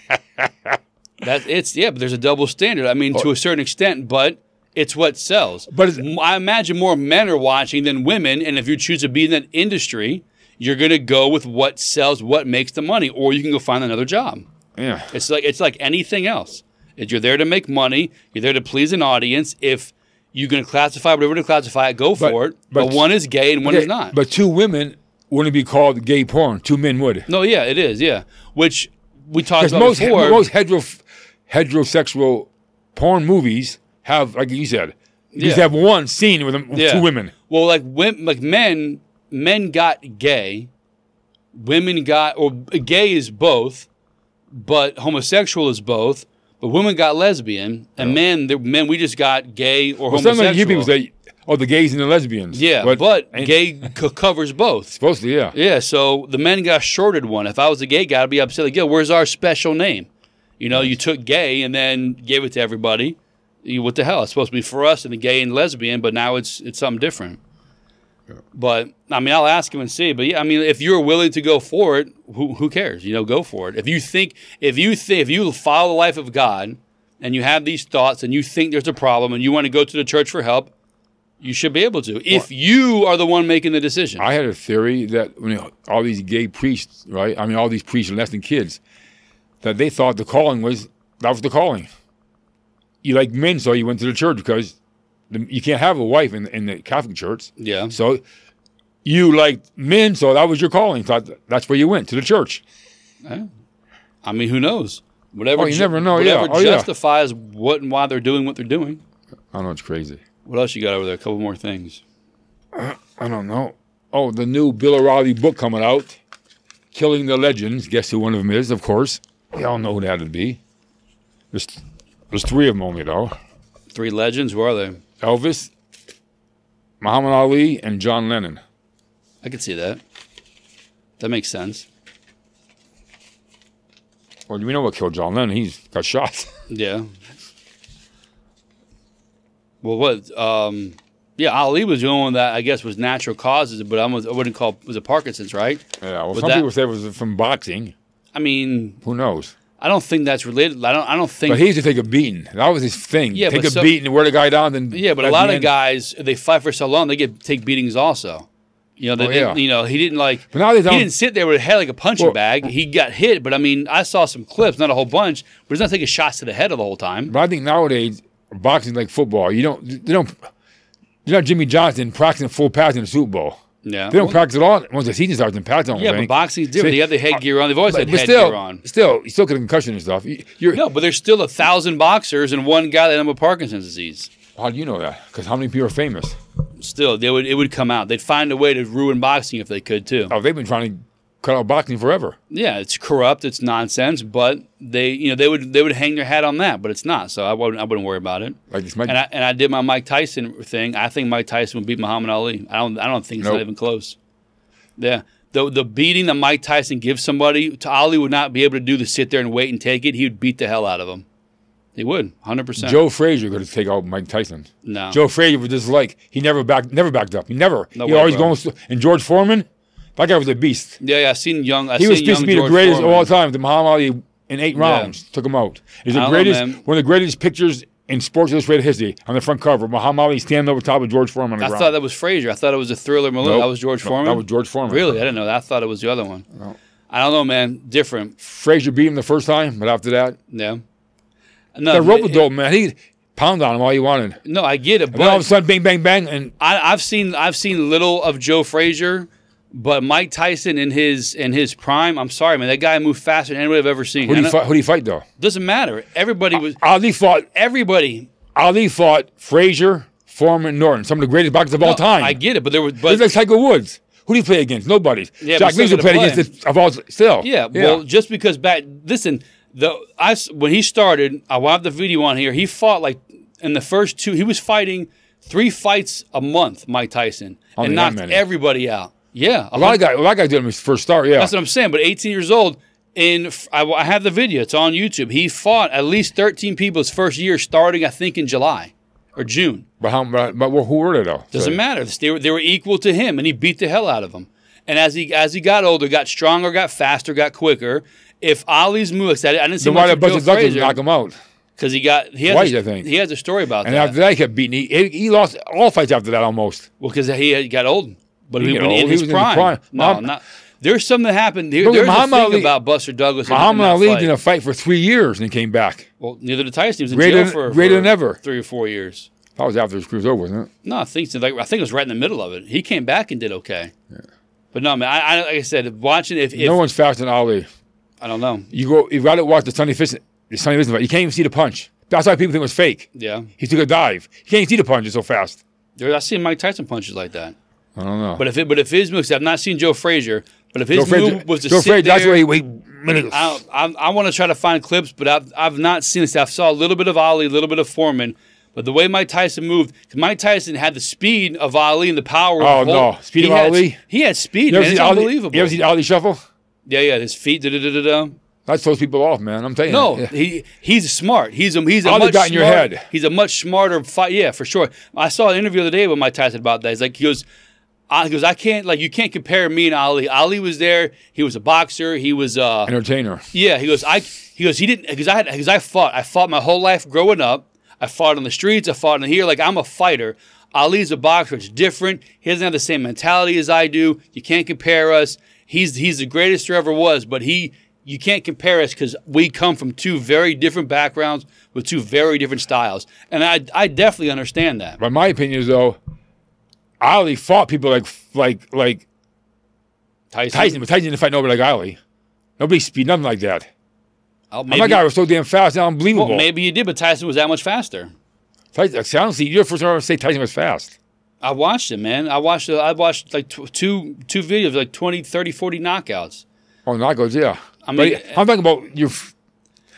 A: that it's yeah, but there's a double standard. I mean, to a certain extent, but. It's what sells.
B: Oh. But it's-
A: M- I imagine more men are watching than women. And if you choose to be in that industry, you're going to go with what sells, what makes the money, or you can go find another job.
B: Yeah,
A: It's like it's like anything else. If you're there to make money, you're there to please an audience. If you're going to classify whatever to classify it, go for it. But,
B: but-
A: one is gay and one is not.
B: But two women wouldn't be called gay porn. Two men would.
A: no, yeah, it is. Yeah, which we talked
B: Because
A: about
B: most
A: before.
B: most hetero heterosexual porn movies have, like you said, you just
A: Yeah.
B: have one scene with them, with
A: Yeah.
B: two women.
A: Well, like women, like men, men got gay, women got or gay is both, but homosexual is both. But women got lesbian, and men, the men we just got gay or
B: Some
A: homosexual.
B: of Oh. you people say, "Oh, the gays and the lesbians."
A: yeah, but,
B: ain't
A: gay c- covers both.
B: supposed to, yeah.
A: Yeah, so the men got shorted one. If I was a gay guy, I'd be upset. Like, yo, where's our special name? You know, you took gay and then gave it to everybody. You, what the hell? It's supposed to be for us and the gay and lesbian, but now it's it's something different. But I mean, I'll ask him and see. But yeah, I mean, if you're willing to go for it, who who cares? You know, go for it. If you think, if you think, if you follow the life of God and you have these thoughts and you think there's a problem and you want to go to the church for help, you should be able to. If you are the one making the decision,
B: I had a theory that when all these gay priests, right? I mean, all these priests and less than kids, that they thought the calling was that was the calling. You like men, so you went to the church because the, you can't have a wife in, in the Catholic Church.
A: yeah.
B: So you liked men, so that was your calling. Thought that's where you went to the church.
A: I mean, who knows? Whatever
B: Oh, you never know,
A: Whatever
B: yeah. Oh, yeah.
A: justifies what and why they're doing what they're doing.
B: I don't know. It's crazy.
A: What else you got over there? A couple more things.
B: I don't know. Oh, the new Bill O'Reilly book coming out, Killing the Legends. Guess who one of them is? Of course, we all know who that'd be. There's, there's three of them only though.
A: Three legends. Where are they?
B: Elvis, Muhammad Ali, and John Lennon.
A: I could see that. That makes sense.
B: Well, we know what killed John Lennon. He's got shot.
A: Yeah. Well, what? Um, Yeah, Ali was the only one that I guess was natural causes, but I almost- I wouldn't call was it Parkinson's, right?
B: Yeah, well,
A: But
B: some
A: that-
B: people say it was from boxing.
A: I mean,
B: Who knows?
A: I don't think that's related. I don't. I don't think.
B: But he used to take a beating. That was his thing.
A: Yeah,
B: take
A: but
B: a
A: so-
B: beating, wear the guy down, then
A: yeah, but a
B: at
A: lot
B: the
A: of
B: end-
A: guys they fight for so long they get take beatings also. You know, they,
B: Oh,
A: they-
B: yeah.
A: you know he didn't like.
B: But now they
A: he
B: don't-
A: didn't sit there with a head like a punching
B: Well-
A: bag. He got hit, but I mean, I saw some clips, not a whole bunch, but he's not taking shots to the head the whole time.
B: But I think nowadays boxing like football, you don't they don't you're not Jimmy Johnson practicing full pads in the Super Bowl.
A: Yeah,
B: They don't practice at all once the season starts in pads. I don't
A: yeah, but
B: think.
A: boxing's different.
B: See, uh,
A: They have the headgear on. They've always had
B: but
A: headgear
B: still,
A: on.
B: still, you still get a concussion and stuff. You- You're,
A: No, but there's still a thousand boxers and one guy that had Parkinson's disease.
B: How do you know that? Because how many people are famous?
A: Still, they would it would come out. They'd find a way to ruin boxing if they could too.
B: Oh, they've been trying to cut out boxing forever.
A: yeah, it's corrupt, it's nonsense, but they, you know, they would they would hang their hat on that, but it's not. So I wouldn't I wouldn't worry about it.
B: Like this might
A: And I and I did my Mike Tyson thing. I think Mike Tyson would beat Muhammad Ali. I don't I don't think it's not
B: Nope.
A: even close. Yeah. The, the beating that Mike Tyson gives somebody to Ali would not be able to do to sit there and wait and take it. He would beat the hell out of him. He would, hundred percent.
B: Joe Frazier could take out Mike Tyson.
A: No.
B: Joe Frazier was just like he never backed never backed up. He never.
A: No
B: he
A: way,
B: always
A: bro.
B: going. st- And George Foreman, that guy was a beast.
A: Yeah, yeah. I seen young. I
B: He
A: seen
B: was supposed
A: young
B: to be the
A: George
B: greatest
A: Foreman.
B: of all time. The Muhammad Ali in eight
A: Yeah.
B: rounds took him out. He's
A: I
B: the
A: don't know,
B: greatest.
A: man.
B: one of the greatest pictures in Sports Illustrated history on the front cover. Muhammad Ali standing over top of George Foreman on the
A: I
B: ground.
A: thought that was Frazier. I thought it was a thriller Malone.
B: Nope.
A: That was George
B: No,
A: Foreman.
B: That was George Foreman.
A: Really, I didn't know that. I thought it was the other one.
B: No.
A: I don't know, man. Different.
B: Frazier beat him the first time, but after that,
A: Yeah. No,
B: that rope
A: it-
B: dope man. He pounded on him all he wanted.
A: it- no, I get it,
B: Then all of a
A: but
B: sudden, bang, bang, bang, and
A: I, I've seen I've seen little of Joe Frazier, but Mike Tyson in his in his prime. I'm sorry, man. That guy moved faster than anybody I've ever seen.
B: who do
A: And
B: you
A: it
B: fight? Who do you fight though?
A: Doesn't matter. Everybody was
B: Ali fought
A: everybody.
B: Ali fought Frazier, Foreman, Norton, some of the greatest boxers of all time.
A: I get it, but there was but
B: it's like Tiger Woods. Who do you play against? Nobody.
A: Yeah, but
B: Jack
A: still
B: Nicklaus
A: gonna
B: played
A: play
B: against the, of all still.
A: Yeah, well, just because back listen, the I s- when he started, I will have the video on here. He fought like in the first two, he was fighting three fights a month, Mike Tyson, and
B: mean,
A: knocked
B: that many.
A: everybody out. Yeah,
B: a lot of guys, a lot of guys did him his first start. Yeah,
A: that's what I'm saying. But 18 years old, and I, I have the video. It's on YouTube. He fought at least 13 people his first year, starting I think in July or June.
B: but how? But, but who were they though?
A: Doesn't matter. They were, they were equal to him, and he beat the hell out of them. And as he as he got older, got stronger, got faster, got quicker. If Ollie's moves, I, I didn't see
B: Then why
A: much
B: did a
A: of
B: bunch
A: Joe
B: of ducks
A: Frazier
B: knock him out?
A: because he got he has
B: Twice,
A: a,
B: I think.
A: he has a story about
B: And
A: that.
B: after that, he kept beating. He, he lost all fights after that almost.
A: well, because he had- got old, but he,
B: got
A: was
B: old.
A: in
B: He
A: his
B: was in the
A: prime.
B: prime.
A: No,
B: Muhammad-
A: not, there's something that happened. There,
B: Look at
A: there's a
B: Muhammad
A: thing
B: Ali.
A: about Buster Douglas. in- in
B: Muhammad
A: that
B: Ali
A: fight.
B: didn't fight for three years and he came back.
A: Well, neither did Tyson. He was in
B: Greater
A: jail
B: than-
A: for,
B: greater
A: for
B: than ever.
A: three or four years.
B: That was after his career was over, wasn't it?
A: No, I think so. Like, I think it was right in the middle of it. He came back and did okay. But no, man, I, I like I said, watching if, if
B: no one's faster than Ali.
A: I don't know.
B: You go, you got to watch the Sonny Fist, the Sonny Fist fight. You can't even see the punch. That's why people think it was fake.
A: Yeah.
B: He took a dive. He can't even see the punch. It's so fast.
A: Dude, I've seen Mike Tyson punches like that.
B: I don't know.
A: But if it, but if his moves, I've not seen Joe Frazier. But if his
B: Joe Frazier,
A: move was to
B: Joe
A: sit
B: Frazier,
A: there,
B: that's where he, he
A: I, don't- I, I want to try to find clips, but I've I've not seen this. I saw a little bit of Ali, a little bit of Foreman, but the way Mike Tyson moved, 'cause Mike Tyson had the speed of Ali and the power.
B: Oh,
A: of Holt.
B: no. Speed
A: he
B: of
A: had,
B: Ali?
A: He had speed. Man.
B: You ever,
A: It's
B: see Ali,
A: unbelievable.
B: you ever see the Ali Shuffle?
A: yeah, yeah. His feet. Da, da, da, da, da.
B: That throws people off, man. I'm telling
A: No,
B: you.
A: he he's smart. He's a he's a
B: All they
A: much
B: got in your
A: smart-
B: head.
A: He's a much smarter fight. Yeah, for sure. I saw an interview the other day with Mike Tyson about that. He's like he goes, I, he goes, I can't like you can't compare me and Ali. Ali was there. He was a boxer. He was uh
B: Entertainer.
A: yeah. He goes I he goes he didn't because I had because I fought I fought my whole life growing up. I fought on the streets. I fought in here. Like I'm a fighter. Ali's a boxer. It's different. He doesn't have the same mentality as I do. You can't compare us. He's he's the greatest there ever was, but he you can't compare us because we come from two very different backgrounds with two very different styles. And I I definitely understand that.
B: But my opinion is, though, Ali fought people like like like
A: Tyson.
B: Tyson, but Tyson didn't fight nobody like Ali. Nobody speed, nothing like that.
A: Oh,
B: And
A: maybe,
B: that guy was so damn fast, unbelievable.
A: well, maybe you did, but Tyson was that much faster.
B: Tyson, see, honestly, you're the first one to ever say Tyson was fast.
A: I watched it, man. I watched it. I watched like tw- two two videos, like 20, 30, 40 knockouts.
B: Oh, knockouts, yeah. I
A: mean-
B: I'm talking about your. f-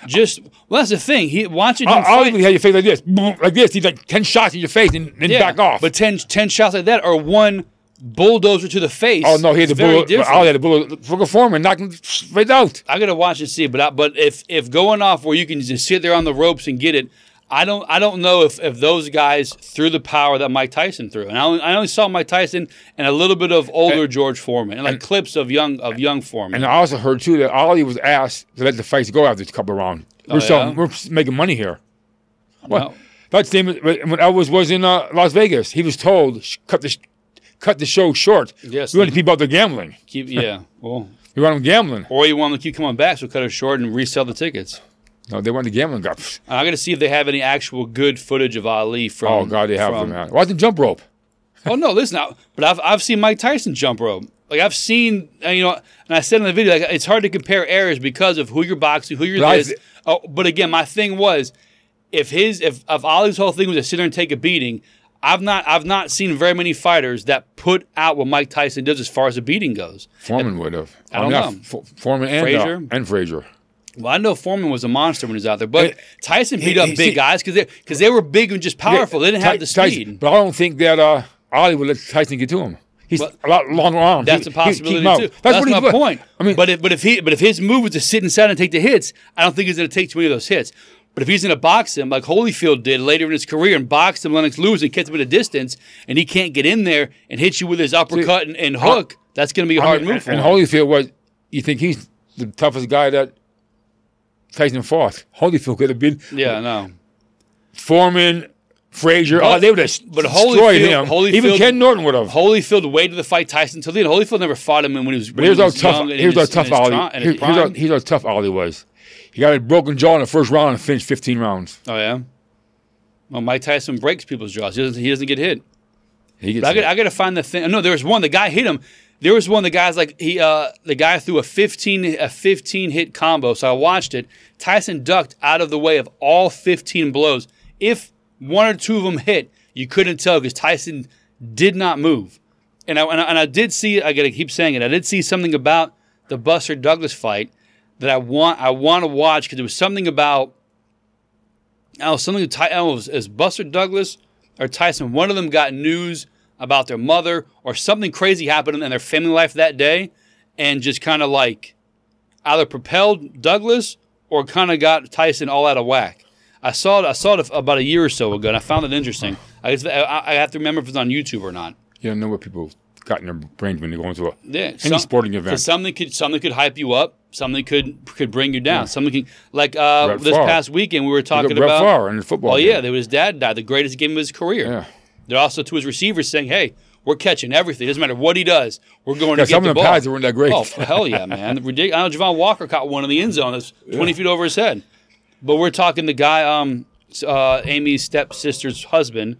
A: Just well, that's the thing. He watching him
B: Ali
A: fight,
B: had your face like this, boom, like this. He's like ten shots in your face, and then
A: yeah,
B: back off.
A: But 10, 10 shots like that, or one bulldozer to the face.
B: oh no, he had the
A: it's very
B: bullet.
A: different.
B: Ali had the bullet. Fucking Foreman knocked him straight out.
A: I gotta watch and see. But I, but if if going off where you can just sit there on the ropes and get it, I don't I don't know if, if those guys threw the power that Mike Tyson threw. And I only, I only saw Mike Tyson and a little bit of older George Foreman and like clips of young of young Foreman.
B: And I also heard too that Ollie was asked to let the fights go after a couple of rounds. We're selling,
A: Oh, yeah?
B: we're s- making money here. Well,
A: Well-
B: that's the when when Elvis was in uh, Las Vegas, he was told "Sh- cut the sh- cut the show short.
A: Yes. mm-hmm.
B: we want people out there gambling.
A: keep yeah. Well,
B: We want them gambling.
A: or you want them to keep coming back, so cut it short and resell the tickets.
B: No, they want the gambling guy. Pfft.
A: And I'm gonna see if they have any actual good footage of Ali from.
B: Oh God, they have
A: from-
B: them. Man. Why the jump rope?
A: Oh no, listen. I, but I've I've seen Mike Tyson jump rope. Like I've seen, uh, you know, and I said in the video, like it's hard to compare errors because of who you're boxing, who you're
B: But I
A: this.
B: th-
A: oh, but again, my thing was, if his if if Ollie's whole thing was to sit there and take a beating, I've not I've not seen very many fighters that put out what Mike Tyson does as far as a beating goes.
B: Foreman would have. I
A: don't
B: not
A: know.
B: F- Foreman and Frazier.
A: Frazier?
B: and Frazier.
A: Well, I know Foreman was a monster when he was out there, but
B: Eh,
A: Tyson beat
B: he-
A: up
B: he-
A: big
B: see-
A: guys because they because they were big and just powerful. they didn't
B: Ty-
A: have the
B: Tyson-
A: speed.
B: but I don't think that uh, Ollie would let Tyson get to him. He's
A: But-
B: a lot longer arms.
A: That's a
B: He- he- keep
A: possibility
B: him out.
A: too. That's,
B: what
A: my
B: he's-
A: point.
B: I mean,
A: but if but if he but if his move was to sit inside and take the hits, I don't think he's going to take too many of those hits. But if he's going to box him like Holyfield did later in his career and boxed him, Lennox Lewis, and kept him at a distance, and he can't get in there and hit you with his uppercut and, and hook, that's going to be a hard
B: I mean,
A: move for
B: and
A: him.
B: Holyfield was. You think he's the toughest guy that Tyson fought? Holyfield could have been
A: yeah, no.
B: Foreman, Frazier.
A: But-
B: oh, they would have
A: but
B: destroyed
A: Holyfield-
B: him.
A: Holyfield-
B: Even Ken Norton would have.
A: Holyfield waited to fight Tyson till the end. Holyfield never fought him when he was.
B: But
A: When
B: here's
A: he
B: how
A: was
B: tough.
A: young and
B: Here's
A: in
B: how
A: his-
B: tough
A: in his
B: Ollie.
A: tri- in
B: here-
A: his
B: Here's how,
A: prime.
B: here's how tough Ollie was. He got a broken jaw in the first round and finished 15 rounds.
A: Oh yeah. Well, Mike Tyson breaks people's jaws. He doesn't, he doesn't get hit.
B: He gets
A: But I
B: hit.
A: got I got to find the thing. No, there was one. The guy hit him. There was one. The guy's like he uh the guy threw a fifteen a fifteen hit combo. So I watched it. Tyson ducked out of the way of all fifteen blows. If one or two of them hit, you couldn't tell because Tyson did not move. And I, and I and I did see. I gotta keep saying it. I did see something about the Buster Douglas fight that I want I want to watch because there was something about oh something with Ty, oh, it was, it was Buster Douglas or Tyson. One of them got news about their mother or something crazy happened in their family life that day, and just kind of like either propelled Douglas or kind of got Tyson all out of whack. I saw it. I saw it about a year or so ago, and I found it interesting. I, guess- I, I have to remember if it's on YouTube or not.
B: you don't know what people got in their brains when they're going to a
A: Yeah,
B: any sporting event.
A: Because something could something could hype you up. Something could could bring you down. Something can like uh,
B: Brett
A: this
B: Favre.
A: past weekend we were
B: Look
A: talking
B: at Brett
A: about.
B: Favre in the football.
A: Well,
B: game.
A: Oh, yeah, that his dad died, the greatest game of his career.
B: Yeah.
A: They're also to his receivers saying, "Hey, we're catching everything. doesn't matter what he does. We're going
B: Yeah,
A: to get
B: some
A: the
B: of the
A: ball."
B: pads weren't that great.
A: Oh hell yeah,
B: [laughs]
A: man! Ridiculous. I know Javon Walker caught one in the end zone that's twenty feet over his head. But we're talking the guy, um, s- uh, Amy's stepsister's husband.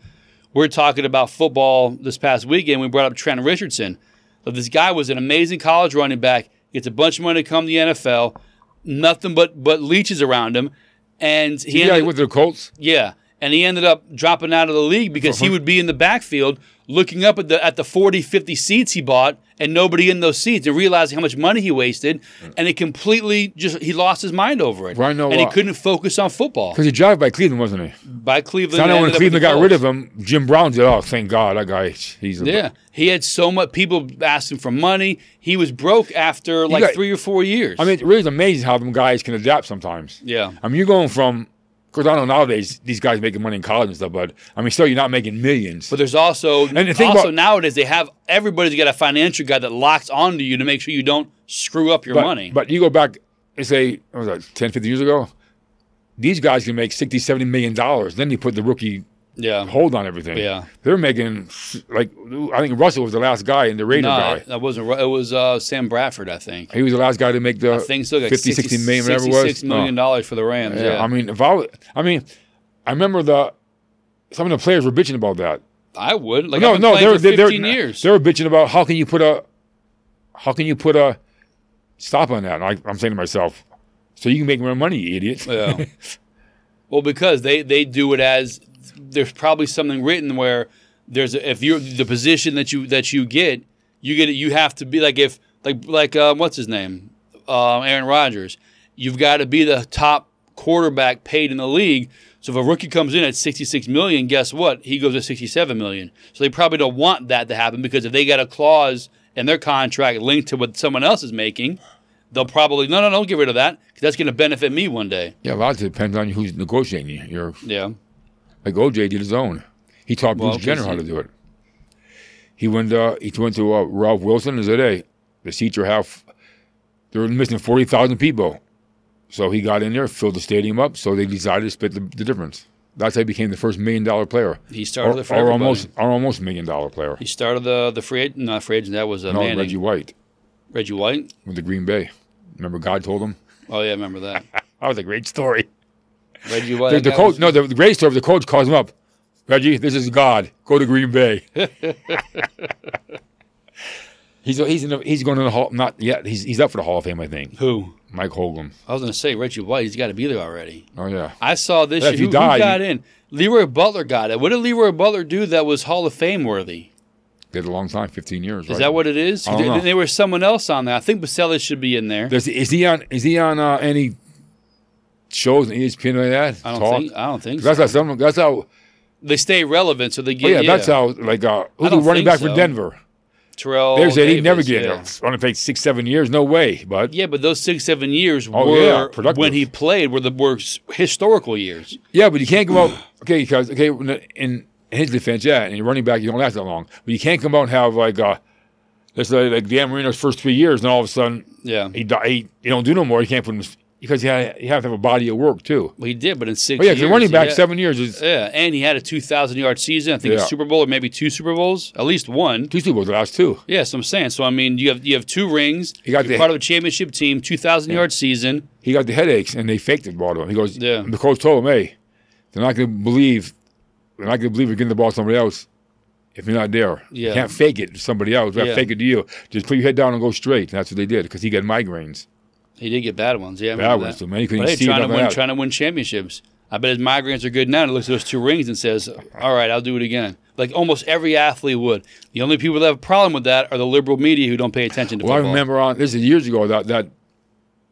A: We're talking about football this past weekend. We brought up Trent Richardson. So this guy was an amazing college running back. Gets a bunch of money to come to the NFL. Nothing but but leeches around him, and he
B: yeah,
A: ended
B: he went to the Colts.
A: yeah, and he ended up dropping out of the league because he would be in the backfield looking up at the at the 40, 50 seats he bought and nobody in those seats and realizing how much money he wasted and it completely just he lost his mind over it.
B: Well, I know
A: and he
B: why.
A: couldn't focus on football.
B: Because he jogged by Cleveland, wasn't he?
A: By Cleveland.
B: Not
A: it
B: only
A: ended up with
B: when
A: the
B: Cleveland got rid
A: Colts.
B: of him, Jim Brown said, "Oh, thank God, that guy, he's a,
A: Yeah. He had so much people asking for money. He was broke after like
B: got-
A: 3 or 4 years.
B: I mean, it really is amazing how them guys can adapt sometimes.
A: Yeah.
B: I mean, you're going from because I don't know nowadays these guys making money in college and stuff, but I mean, still you're not making millions.
A: But there's also
B: And the thing
A: also
B: about-
A: nowadays they have everybody's got a financial guy that locks onto you to make sure you don't screw up your
B: but,
A: money.
B: But you go back and say, what was that 10, 50 years ago? These guys can make 60, 70 million dollars. Then you put the rookie
A: yeah.
B: hold on everything.
A: Yeah.
B: They're making like I think Russell was the last guy in the Raider
A: No,
B: guy.
A: that- that wasn't. right. It was uh, Sam Bradford, I think.
B: He was the last guy to make the
A: Things look like
B: 50, 60 Uh, million, whatever it was.
A: $66 million dollars for the Rams.
B: Oh,
A: Yeah,
B: yeah. I mean, if I, was- I mean, I remember the some of the players were bitching about that.
A: I would. Like,
B: No,
A: I've been
B: no,
A: playing
B: they're
A: for
B: they're,
A: 15
B: they're
A: years.
B: they were bitching about how can you put a how can you put a stop on that? And I, I'm saying to myself, so you can make more money, you idiot.
A: Yeah. well, because they they do it as there's probably something written where there's a, if you're the position that you that you get, you get it. You have to be like if like like um, what's his name, um, Aaron Rodgers. You've got to be the top quarterback paid in the league. So if a rookie comes in at 66 million, guess what? He goes at 67 million. So they probably don't want that to happen because if they got a clause in their contract linked to what someone else is making, They'll probably no, no, don't get rid of that because that's going to benefit me one day.
B: Yeah, a lot of it depends on who's negotiating. You're
A: Yeah,
B: like OJ did his own. He taught
A: Well,
B: Bruce Jenner
A: he's-
B: how to do it. He went. Uh, he went to uh, Ralph Wilson and said, "Hey, the seats are half. They're missing forty thousand people." So he got in there, filled the stadium up. So they decided to split the, the difference. That's how he became the first million dollar player,
A: he
B: or,
A: started it for
B: or
A: everybody.
B: almost, or almost million dollar player.
A: He started the the free agent, not free agent. That was uh,
B: No,
A: Manning,
B: Reggie
A: Reggie.
B: White
A: White.
B: with the Green Bay. Remember, God told him
A: Oh yeah, I remember that.
B: that was a great story.
A: Reggie White.
B: The, the
A: that
B: coach,
A: was-
B: no, the, the great story. The coach calls him up. Reggie, this is God. Go to Green
A: [laughs]
B: Bay. he's he's in the, he's going to the hall. Not yet. He's he's up for the Hall of Fame, I think.
A: who?
B: Mike Holmgren.
A: I was going to say Reggie White. He's got to be there already.
B: Oh yeah.
A: I saw this.
B: Yeah,
A: year.
B: if he
A: Who, who
B: died,
A: got
B: he-
A: in? Leroy Butler got it. What did Leroy Butler do that was Hall of Fame worthy?
B: Did a long time, fifteen years.
A: Is that what it is?
B: I don't know.
A: There was someone else on there. I think Baselli should be in there.
B: Does, is he on? Is he on uh, any shows E on ESPN like that?
A: I don't
B: Talk?
A: think. I don't think. So.
B: That's how some. That's how.
A: They stay relevant, so they
B: Oh
A: get.
B: yeah, that's how. Like uh, who's the
A: don't think
B: running back
A: so.
B: for Denver?
A: Terrell.
B: They said he'd
A: Davis,
B: never get
A: yeah.
B: in. It's going to take six, seven years. No way. But
A: Yeah, but those six, seven years
B: Oh,
A: were
B: yeah, productive.
A: when he played were the were s- historical years.
B: Yeah, but you can't come out. Okay, because okay, in, in his defense, yeah, and your running back, you don't last that long. But you can't come out and have like uh, let's say like Dan Marino's first three years, and all of a sudden
A: Yeah,
B: he die, he you don't do no more. You can't put him because you have, you have to have a body of work too.
A: well, he did, but in six.
B: But Oh, yeah,
A: years,
B: because the running
A: he
B: back
A: had-
B: seven years is
A: Yeah, Uh, and he had a two thousand yard season. I think
B: Yeah.
A: a Super Bowl or maybe two Super Bowls, at least one.
B: two Super Bowls, the last two.
A: Yeah, so I'm saying. So I mean, you have you have two rings.
B: He got
A: you're
B: the-
A: part of a championship team, two thousand yard season.
B: He got the headaches, and they faked it ball to him. He goes,
A: Yeah.
B: The coach told him, hey, they're not going to believe, they're not going to believe you're getting the ball to somebody else if you're not there. You
A: Yeah.
B: can't fake it to somebody else. You got to
A: Yeah.
B: fake it to you. Just put your head down and go straight. And that's what they did because he got migraines.
A: He did get bad ones. Yeah, I
B: That
A: remember
B: was
A: that.
B: too many. You
A: But
B: couldn't
A: hey,
B: see
A: trying to
B: nothing
A: win,
B: out.
A: trying to win championships. I bet his migraines are good now. And he looks at those two rings and says, "All right, I'll do it again." Like almost every athlete would. The only people that have a problem with that are the liberal media who don't pay attention to
B: well, I
A: football.
B: remember on this is years ago that that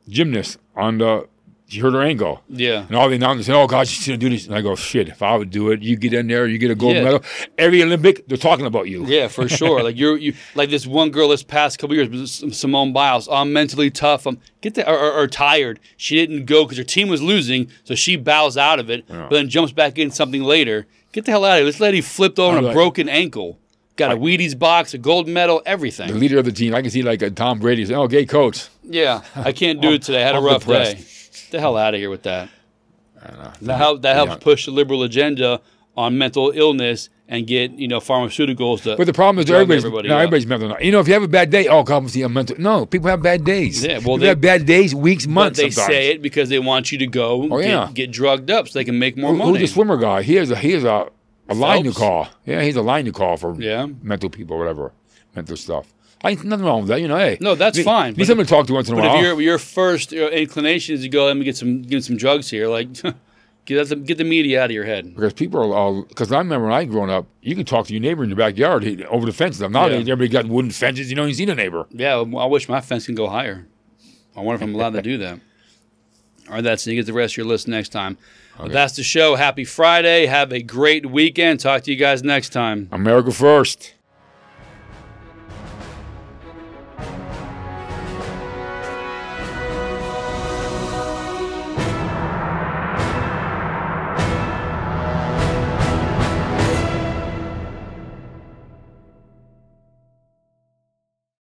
B: gymnast on the she hurt her ankle.
A: Yeah,
B: And all the announcers saying, "Oh God, she's gonna do this." And I go, "Shit! If I would do it, you get in there, you get a gold
A: Yeah.
B: medal. Every Olympic, they're talking about you."
A: yeah, for sure. like you're you like this one girl this past couple years, Simone Biles. I'm mentally tough. I'm get that or, or, or tired. She didn't go because her team was losing, so she bows out of it, but then jumps back in something later. Get the hell out of here! This lady flipped over
B: I'm
A: on a
B: like-
A: broken ankle. Got a Wheaties box, a gold medal, everything.
B: The leader of the team, I can see like a Tom Brady saying, "Oh, gay coach."
A: Yeah, I can't do it today. I had a
B: [laughs] I'm
A: rough
B: depressed.
A: day. Get the hell out of here with that. That, help, that helps
B: Yeah.
A: push the liberal agenda on mental illness and get you know pharmaceuticals to.
B: But the problem is
A: drug
B: everybody's
A: everybody
B: no,
A: up.
B: everybody's mental. You know, if you have a bad day, oh God, I'm see, I'm mental. No, people have bad days.
A: Yeah, well,
B: people
A: they-
B: have bad days, weeks,
A: but
B: months.
A: they
B: sometimes.
A: say it because they want you to go
B: Oh,
A: get,
B: yeah.
A: get drugged up so they can make more
B: Who-
A: money.
B: Who's the swimmer guy? He is a he is a, a line to
A: Phelps?
B: call. Yeah, he's a line to call for
A: Yeah.
B: mental people, whatever mental stuff. I nothing wrong with that. You know, hey,
A: No, that's
B: need-
A: fine,
B: Need
A: but-
B: someone to talk to once in a
A: but
B: while.
A: if your your first uh, inclination is to go, let me get some get some drugs here, like [laughs] get the, get the media out of your head.
B: because people are because I remember when I growing up, you could talk to your neighbor in your backyard he- over the fence. Now
A: Yeah.
B: everybody got wooden fences. You know, you see the neighbor.
A: Yeah, I wish my fence can go higher. I wonder if I'm allowed to do that. [laughs] All right, that's it. You get the rest of your list next time. But that's the show. Happy Friday. Have a great weekend. Talk to you guys next time.
B: America first.